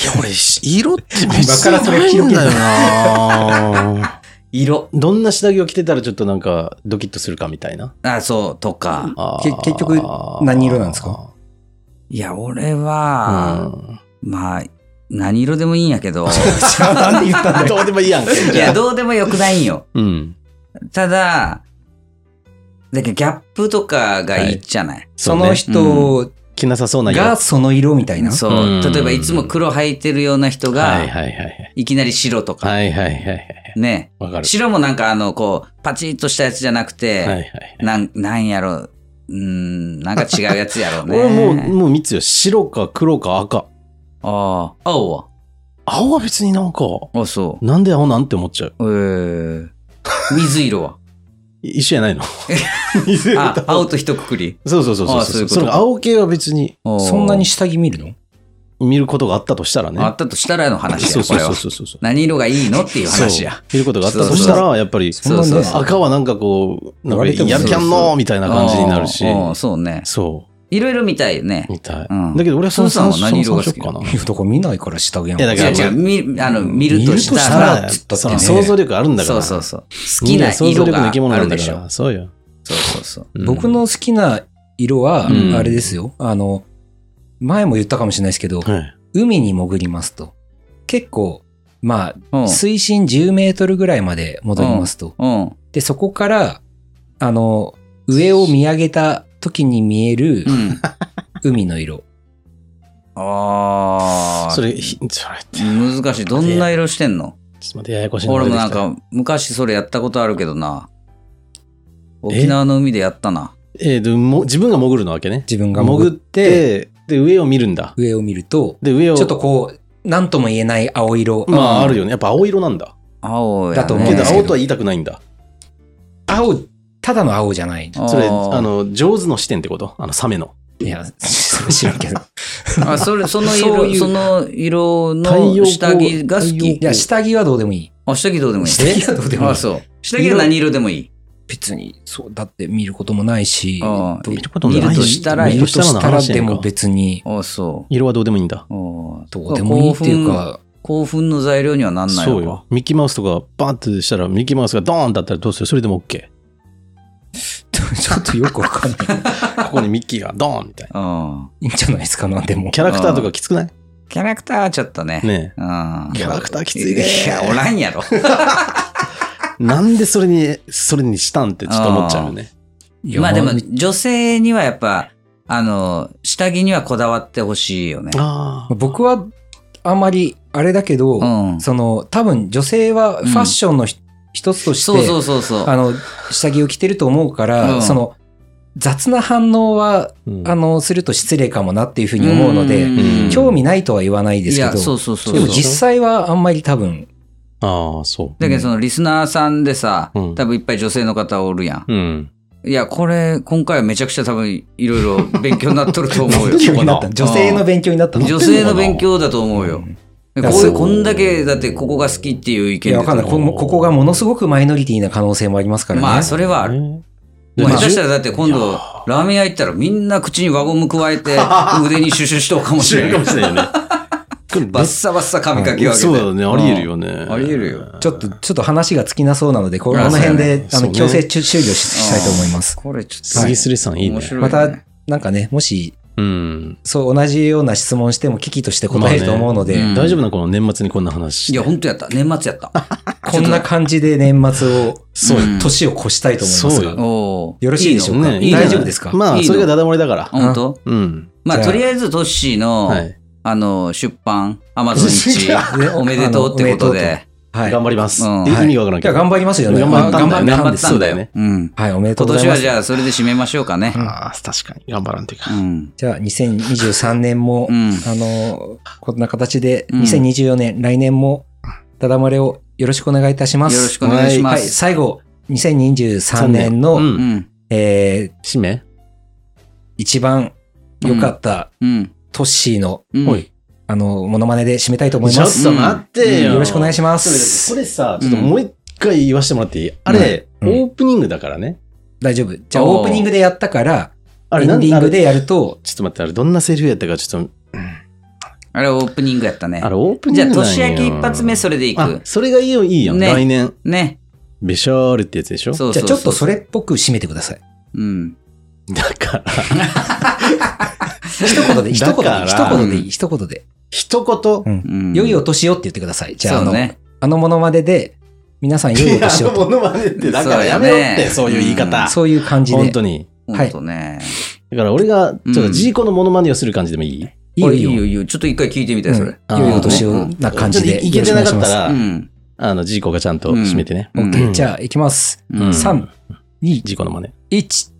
Speaker 1: いや、俺、し色って別
Speaker 3: 今からそれ
Speaker 1: にないんだよな
Speaker 2: 色。
Speaker 1: どんな下着を着てたらちょっとなんか、ドキッとするかみたいな。
Speaker 2: あ、そう、とか。
Speaker 1: あー
Speaker 3: け結局何色なんですか
Speaker 2: いや、俺は、
Speaker 1: うん
Speaker 2: まあ、何色でもいいんやけど。
Speaker 3: じゃあなんで言ったん だよ。
Speaker 1: どうでもいいやんけ。
Speaker 2: いや、どうでもよくないんよ。
Speaker 1: うん。
Speaker 2: ただ、だけどギャップとかがいいじゃない、
Speaker 3: その人
Speaker 1: 着なさそうな色。
Speaker 3: がその色みたいな。
Speaker 2: そうう。
Speaker 1: ん
Speaker 2: 例えばいつも黒履いてるような人
Speaker 1: はい
Speaker 2: が、
Speaker 1: はいはいはい。
Speaker 2: いきなり白とか、
Speaker 1: はいはいはいはい。
Speaker 2: ね。
Speaker 1: わかる。
Speaker 2: 白もなんかあの、こう、パチッとしたやつじゃなくて、
Speaker 1: はいはい。
Speaker 2: なん、なんやろう、うーん、なんか違うやつやろう ね。
Speaker 1: 俺もう、もう三つよ。白か黒か赤。
Speaker 2: ああ、青は。
Speaker 1: 青は別になんか、
Speaker 2: あそ
Speaker 1: なんで青なんて思っちゃう。
Speaker 2: う。えー、水 色は。
Speaker 1: い一緒やないの。水色
Speaker 2: あ
Speaker 1: と、
Speaker 2: 青と一括り。
Speaker 1: そうそうそうそう
Speaker 2: あそういうこと
Speaker 1: その青系は別に
Speaker 2: そ
Speaker 3: そんなに下着見るの
Speaker 1: 見ることがあったとしたらね。
Speaker 2: あったとしたらの話
Speaker 1: そ
Speaker 2: や、
Speaker 1: う
Speaker 2: こ
Speaker 1: そう
Speaker 2: れ
Speaker 1: そ
Speaker 2: は
Speaker 1: う。そうそうそう。
Speaker 2: 何色がいいのっていう話や。
Speaker 1: そう見ることがあったとしたら、やっぱり、
Speaker 3: そんなね
Speaker 2: そうそうそ
Speaker 1: 赤はなんかこう、なんかやる気あん
Speaker 2: そうそ
Speaker 1: のみたいな感じになるし。
Speaker 2: うんうんそうね。
Speaker 1: そ
Speaker 2: いろいろ見たいよね
Speaker 1: う、。みたい。
Speaker 2: うん
Speaker 1: だけど俺はその
Speaker 2: その
Speaker 1: 三
Speaker 2: さんは何色が好き
Speaker 1: その三色かな。
Speaker 3: とこ見ないから下着やん。
Speaker 1: いやだ
Speaker 2: い
Speaker 1: か
Speaker 2: や
Speaker 1: ら
Speaker 2: 違う、見、あの、見る
Speaker 3: 見
Speaker 2: と
Speaker 3: ると
Speaker 2: し
Speaker 3: したた
Speaker 2: ら、
Speaker 3: ら
Speaker 1: やっ
Speaker 3: つったって
Speaker 1: ぱ
Speaker 3: ね
Speaker 1: 想像力あるんだか
Speaker 2: そう
Speaker 1: ら。
Speaker 2: そうそう。好きな色があるでしょ。。
Speaker 1: そうよ。
Speaker 2: そうそうそう。
Speaker 3: 僕の好きな色は、
Speaker 1: うん
Speaker 3: あれですよ。あの、前も言ったかもしれないですけど、
Speaker 1: はい
Speaker 3: 海に潜りますと。結構、ま
Speaker 2: うん
Speaker 3: あ、水深10メートルぐらいまで戻りますと。
Speaker 2: うん。
Speaker 3: で、そこから、あの、上を見上げた時に見える
Speaker 2: うん。
Speaker 3: 海の色。
Speaker 2: あ
Speaker 1: そ
Speaker 2: ー、
Speaker 1: れ、ひそれ、ちょ
Speaker 2: 難しい。どんな色してんの
Speaker 1: っと待って、ややこしい
Speaker 2: 俺もなん
Speaker 1: 出て
Speaker 2: か、昔それやったことあるけどな。沖縄の海でやったな。
Speaker 1: きた。えーと、も自分が潜るのわけね。
Speaker 3: 自分が
Speaker 1: 潜
Speaker 3: 潜
Speaker 1: っ
Speaker 3: って、
Speaker 1: て、で、上を見るんだ。
Speaker 3: 上を見ると、
Speaker 1: で、上を。
Speaker 3: ちょっとこう、なんとも言えない青色。
Speaker 1: まあ、あるよね。やっぱ青色なんだ。
Speaker 2: 青や、ね。
Speaker 3: だと思う
Speaker 1: け
Speaker 3: ん
Speaker 1: ど、
Speaker 3: です
Speaker 1: 青とは言いたくないんだ。
Speaker 3: 青、ただの青じゃない。
Speaker 2: あー
Speaker 1: それ、あ、の、上手の視点ってことあの、サメの。
Speaker 3: いや、それ知らんけど。
Speaker 2: あそれその
Speaker 3: そう
Speaker 2: 色、
Speaker 3: いう
Speaker 2: その色
Speaker 1: 太陽
Speaker 2: の
Speaker 1: 光
Speaker 2: 下着が好
Speaker 3: い
Speaker 2: き。
Speaker 3: や、下着はどうでもいい。
Speaker 2: あ、下着どうでもいい。
Speaker 3: 下着はどうでもいい
Speaker 2: あ、そう。下着は何色でもいい。
Speaker 3: 別に、そう、だって見ることもないし、
Speaker 2: あ
Speaker 3: ど
Speaker 2: ー
Speaker 3: う
Speaker 1: 見ること
Speaker 2: もない
Speaker 1: 見
Speaker 2: 見
Speaker 1: る
Speaker 2: る
Speaker 1: と
Speaker 2: と
Speaker 1: し
Speaker 2: したた
Speaker 1: ら、
Speaker 2: ら
Speaker 3: 見るとしたらで
Speaker 1: で
Speaker 3: も
Speaker 1: も別
Speaker 3: 別に、
Speaker 2: あ、そ
Speaker 1: 色はどうでもいいんだ。
Speaker 2: う。あー
Speaker 3: どうでもいいっていうか、
Speaker 2: 興奮の材料にはなんないのか
Speaker 1: そうよ。ミッキーマウスとか、バーンってしたら、ミッキーマウスがドーンだったらどうするそれでも OK。
Speaker 3: ちょっとよくわかんない。
Speaker 1: ここにミッキーがドーンみたいな。
Speaker 2: うん
Speaker 3: いいんじゃないですか、なんでも。
Speaker 1: キャラクターとかきつくない
Speaker 2: キャラクターはちょっとね。
Speaker 1: ね
Speaker 2: うん
Speaker 1: え。キャラクターきついね。
Speaker 2: いや、おらんやろ。
Speaker 1: なんでそれに、それにしたんってちょっと思っちゃうよね。
Speaker 3: いや
Speaker 2: まあでも
Speaker 3: まあ、
Speaker 2: 女性にはやっぱ、あの、下着にはこだわってほしいよね。
Speaker 1: ああ。
Speaker 3: 僕はあんまりあれだけど、
Speaker 2: うん。
Speaker 3: その多分女性はファッションのひ、一つとして
Speaker 2: そうそうそうそう。
Speaker 3: あの下着を着てると思うから、
Speaker 2: うん
Speaker 3: その雑な反応は、
Speaker 1: うん
Speaker 3: あのすると失礼かもなっていうふうに思うので、
Speaker 2: うん
Speaker 3: 興味ないとは言わないです
Speaker 2: い
Speaker 3: け
Speaker 2: や、
Speaker 3: ど
Speaker 2: そうそうそうそう。
Speaker 3: でも実際はあんまり多分
Speaker 1: ああ、そ
Speaker 2: だけどそのリスナーさんでさ、
Speaker 1: うん
Speaker 2: 多分いっぱい女性の方おるやん。
Speaker 1: う。うん。
Speaker 2: いや、これ、今回はめちゃくちゃ多分いろいろ勉強になっとると思 うよ。
Speaker 1: 勉強
Speaker 3: になった女性の勉強になったの
Speaker 2: 女性の勉強だと思うよ。こう
Speaker 3: いやそ
Speaker 2: いうう、こんだけ、だってここが好きっていう意
Speaker 3: い
Speaker 2: 見で
Speaker 3: やわかんないこここがものすごくマイノリティな可能性もありますからね、
Speaker 2: まあ、それはある。
Speaker 1: ね
Speaker 2: まあ、下手した
Speaker 1: ら、
Speaker 2: らだって今
Speaker 1: い
Speaker 2: 度
Speaker 1: や、
Speaker 2: ラーメン屋行ったらみんな口に輪ゴム加えて、腕にシュシュしとうかもし
Speaker 1: 知
Speaker 2: れ
Speaker 1: るかも
Speaker 2: ない。
Speaker 1: しれないよね。 これめっ
Speaker 2: バッサバッサ髪かき分けて。
Speaker 1: そうだね、ありえるよね。
Speaker 2: うんありえるよ。
Speaker 3: ちょっと、ちょっと話が尽きなそうなので、ここの辺
Speaker 1: あ
Speaker 3: で、あ
Speaker 1: そうね
Speaker 3: の、強制終了したいと思います。
Speaker 2: これちょっと、
Speaker 1: 杉すりさんいいね
Speaker 2: 面。白い、
Speaker 3: また、なんかね、もし、
Speaker 1: うん。
Speaker 3: そう、同じような質問しても、危機として答えると思うので、
Speaker 2: まあねうん
Speaker 1: 大丈夫なこの年末にこんな話して
Speaker 2: いや、本当やった。年末やった。
Speaker 3: こんな感じで年末を、
Speaker 1: そう
Speaker 2: よ
Speaker 3: 年を越したいと思います
Speaker 1: そう
Speaker 3: が、
Speaker 1: よ
Speaker 2: おー
Speaker 3: よろしいでしょうか
Speaker 1: ね
Speaker 2: いいの
Speaker 3: 大丈夫ですか、
Speaker 1: ま
Speaker 2: いい
Speaker 1: あ、
Speaker 2: の
Speaker 1: それがダダ漏れだから。
Speaker 2: 本当
Speaker 1: うん。
Speaker 2: まあ、
Speaker 3: じゃあ
Speaker 2: とりあえずトッシーの、
Speaker 1: はい。
Speaker 2: あの、出版、アマゾ
Speaker 1: 違
Speaker 2: ン1、おめでとうってことで。
Speaker 3: はい。
Speaker 1: 頑張ります。
Speaker 2: うん
Speaker 1: って意味がわからんけ
Speaker 3: じゃあ
Speaker 1: ど。
Speaker 3: 頑張りますよね。
Speaker 1: 頑張ったんだよね
Speaker 3: まあ
Speaker 2: 頑
Speaker 3: 頑
Speaker 2: 張っ
Speaker 3: 張った
Speaker 1: た
Speaker 2: ん
Speaker 1: ん
Speaker 2: だ
Speaker 1: だ
Speaker 2: よ。
Speaker 1: よ
Speaker 2: うん。
Speaker 3: はい、おめでと
Speaker 2: 今
Speaker 3: うござ
Speaker 2: 年
Speaker 3: いま
Speaker 2: は
Speaker 3: す。
Speaker 2: じゃあ、それで締めましょうかね。
Speaker 1: ああ、確かに。頑張らんという
Speaker 2: う
Speaker 1: か。
Speaker 2: ん。
Speaker 3: じゃあ、2023年も、
Speaker 2: うん
Speaker 3: あの、こんな形で、
Speaker 2: うん
Speaker 3: 2024年、来年も、ダダ漏れをよろしくお願いいたします。
Speaker 2: よろしくお願いしま
Speaker 3: はい、
Speaker 2: す。
Speaker 3: 最後、2023年の、
Speaker 1: うん
Speaker 2: うん。
Speaker 3: えー
Speaker 1: 締め
Speaker 3: 一番良かった、
Speaker 2: うん。
Speaker 3: トッシーの、
Speaker 2: うん
Speaker 1: おい。
Speaker 3: あの、モノマネで締めたいと思い
Speaker 1: ちょ
Speaker 3: ま
Speaker 1: っ
Speaker 3: す。
Speaker 1: と待って
Speaker 3: よ
Speaker 1: よ。
Speaker 3: ろしくお願いしま
Speaker 1: そ
Speaker 3: す。
Speaker 1: れさ、ちょっともう一回言わせてもらっていいあれ、オ
Speaker 3: うん
Speaker 1: ープニングだからね。
Speaker 3: 大丈夫。じゃあ、オープニングでやったから、
Speaker 1: あ
Speaker 3: エ
Speaker 1: れ、な
Speaker 3: ン
Speaker 1: ん
Speaker 3: ディング
Speaker 1: あれ
Speaker 3: でやると、
Speaker 1: ちょっと待って、あれ、どんなセリフやったか、ちょっと、
Speaker 2: あれオープニングやったね
Speaker 1: あ。れ、オープニ
Speaker 2: じゃ
Speaker 1: ン
Speaker 2: あ、
Speaker 1: グなんよ
Speaker 2: 年明け一発目それでい
Speaker 1: あ
Speaker 2: く、。
Speaker 1: それがいいよ、いいやん。
Speaker 2: ね
Speaker 1: 来年、
Speaker 2: ね。
Speaker 1: べしゃーるってやつでしょ
Speaker 2: そう
Speaker 3: じ
Speaker 2: そ
Speaker 3: ゃあ、
Speaker 2: う。
Speaker 3: ちょっとそれっぽく締めてくだ さい。
Speaker 2: うん。
Speaker 1: だから、
Speaker 3: 一言で、一
Speaker 1: だ
Speaker 3: 言で
Speaker 1: か、ら
Speaker 3: 一言でいい、一言で。
Speaker 1: 一
Speaker 3: う
Speaker 1: 言、
Speaker 3: ん
Speaker 2: うん。
Speaker 3: 良いお年をって言ってください。じゃあ、あ
Speaker 2: そう
Speaker 3: の、
Speaker 2: ね。
Speaker 3: あのモノマネで、皆さん良いお年を
Speaker 1: の
Speaker 3: と。
Speaker 1: ものまねって、だか
Speaker 2: そう
Speaker 1: ら
Speaker 2: や
Speaker 1: や
Speaker 2: ね
Speaker 1: めろって、そういう言い方。
Speaker 3: そういう感じで。
Speaker 1: 本当に。
Speaker 2: ほんとね。
Speaker 1: だから俺が、ちょっ
Speaker 2: う
Speaker 1: と
Speaker 2: ん
Speaker 1: ジーコのモノマネをする感じでもいい、
Speaker 3: いいよ
Speaker 2: おい
Speaker 3: い
Speaker 2: い
Speaker 3: い
Speaker 2: よ
Speaker 3: よ。
Speaker 2: いいよ。ちょっと一回聞いてみたい、それ。
Speaker 1: あ
Speaker 3: 良
Speaker 1: ー
Speaker 3: いお年をな感じ
Speaker 1: ちょっ
Speaker 3: で。
Speaker 1: といけてなかったら、
Speaker 2: うん。
Speaker 1: あの、ジーコがちゃんと締めてね。
Speaker 2: うん
Speaker 3: うんじゃあ、いきます。
Speaker 2: うん
Speaker 3: 3、2、
Speaker 1: ジーコのマネ。
Speaker 3: 1。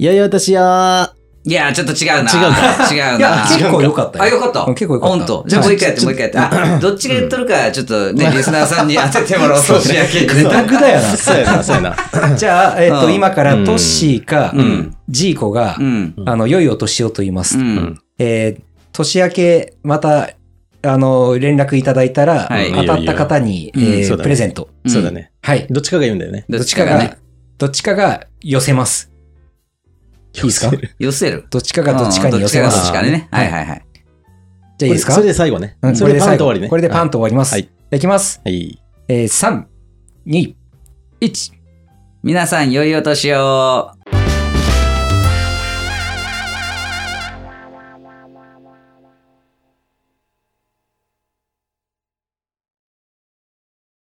Speaker 1: いやいや、私や
Speaker 2: いや、ちょっと違うな。
Speaker 1: 違う
Speaker 2: か。違う
Speaker 3: いや
Speaker 2: な、。
Speaker 3: 結構良かった
Speaker 2: あ、よかった。
Speaker 3: 結構良かった。
Speaker 2: ほんとじゃあもう一回やって、もう一回やって。あ、どっちが言っとるか、ちょっとね、リスナーさんに当ててもらおう。年明けに
Speaker 3: グダ
Speaker 2: ね。
Speaker 3: グダ や
Speaker 1: ーそうやな、そうやな。
Speaker 3: な。じゃあ、えっ
Speaker 2: う
Speaker 3: と、
Speaker 2: ん
Speaker 3: 今からトッシーか
Speaker 2: うん、
Speaker 3: ジーコが
Speaker 2: う、ん。
Speaker 3: あの、良いお年をと言いま
Speaker 2: う
Speaker 3: す。
Speaker 2: ん。
Speaker 3: えー年明け、また、あの、連絡いただいたら、
Speaker 2: はい
Speaker 3: 当たった方に、
Speaker 2: いいよ
Speaker 1: うん
Speaker 2: いいよ
Speaker 3: え
Speaker 1: そうだ
Speaker 3: ー
Speaker 1: ね
Speaker 3: プレゼント。
Speaker 2: うん
Speaker 1: そうだね。
Speaker 3: はい。
Speaker 1: どっちかが言うんだよね。
Speaker 2: どっちかがね。、
Speaker 3: どっちかが寄せます。いいですか
Speaker 2: 寄せる。
Speaker 3: どっちかがどっちかに寄せ
Speaker 2: うん
Speaker 3: ま
Speaker 2: どっ
Speaker 3: す。
Speaker 2: ち
Speaker 3: じ
Speaker 2: か
Speaker 3: ゃ
Speaker 2: がどっちかにね。
Speaker 3: は
Speaker 2: はいいはいはい。
Speaker 3: あいいですか
Speaker 1: それで最後ね
Speaker 3: う。ん
Speaker 1: それでパンと終わり
Speaker 3: 最
Speaker 1: ね。
Speaker 3: 後これでパンと終わります。
Speaker 1: はい
Speaker 3: じゃあいきます。
Speaker 1: はい。はい
Speaker 3: えー、3、2、1。
Speaker 2: 皆さん、良いお年を。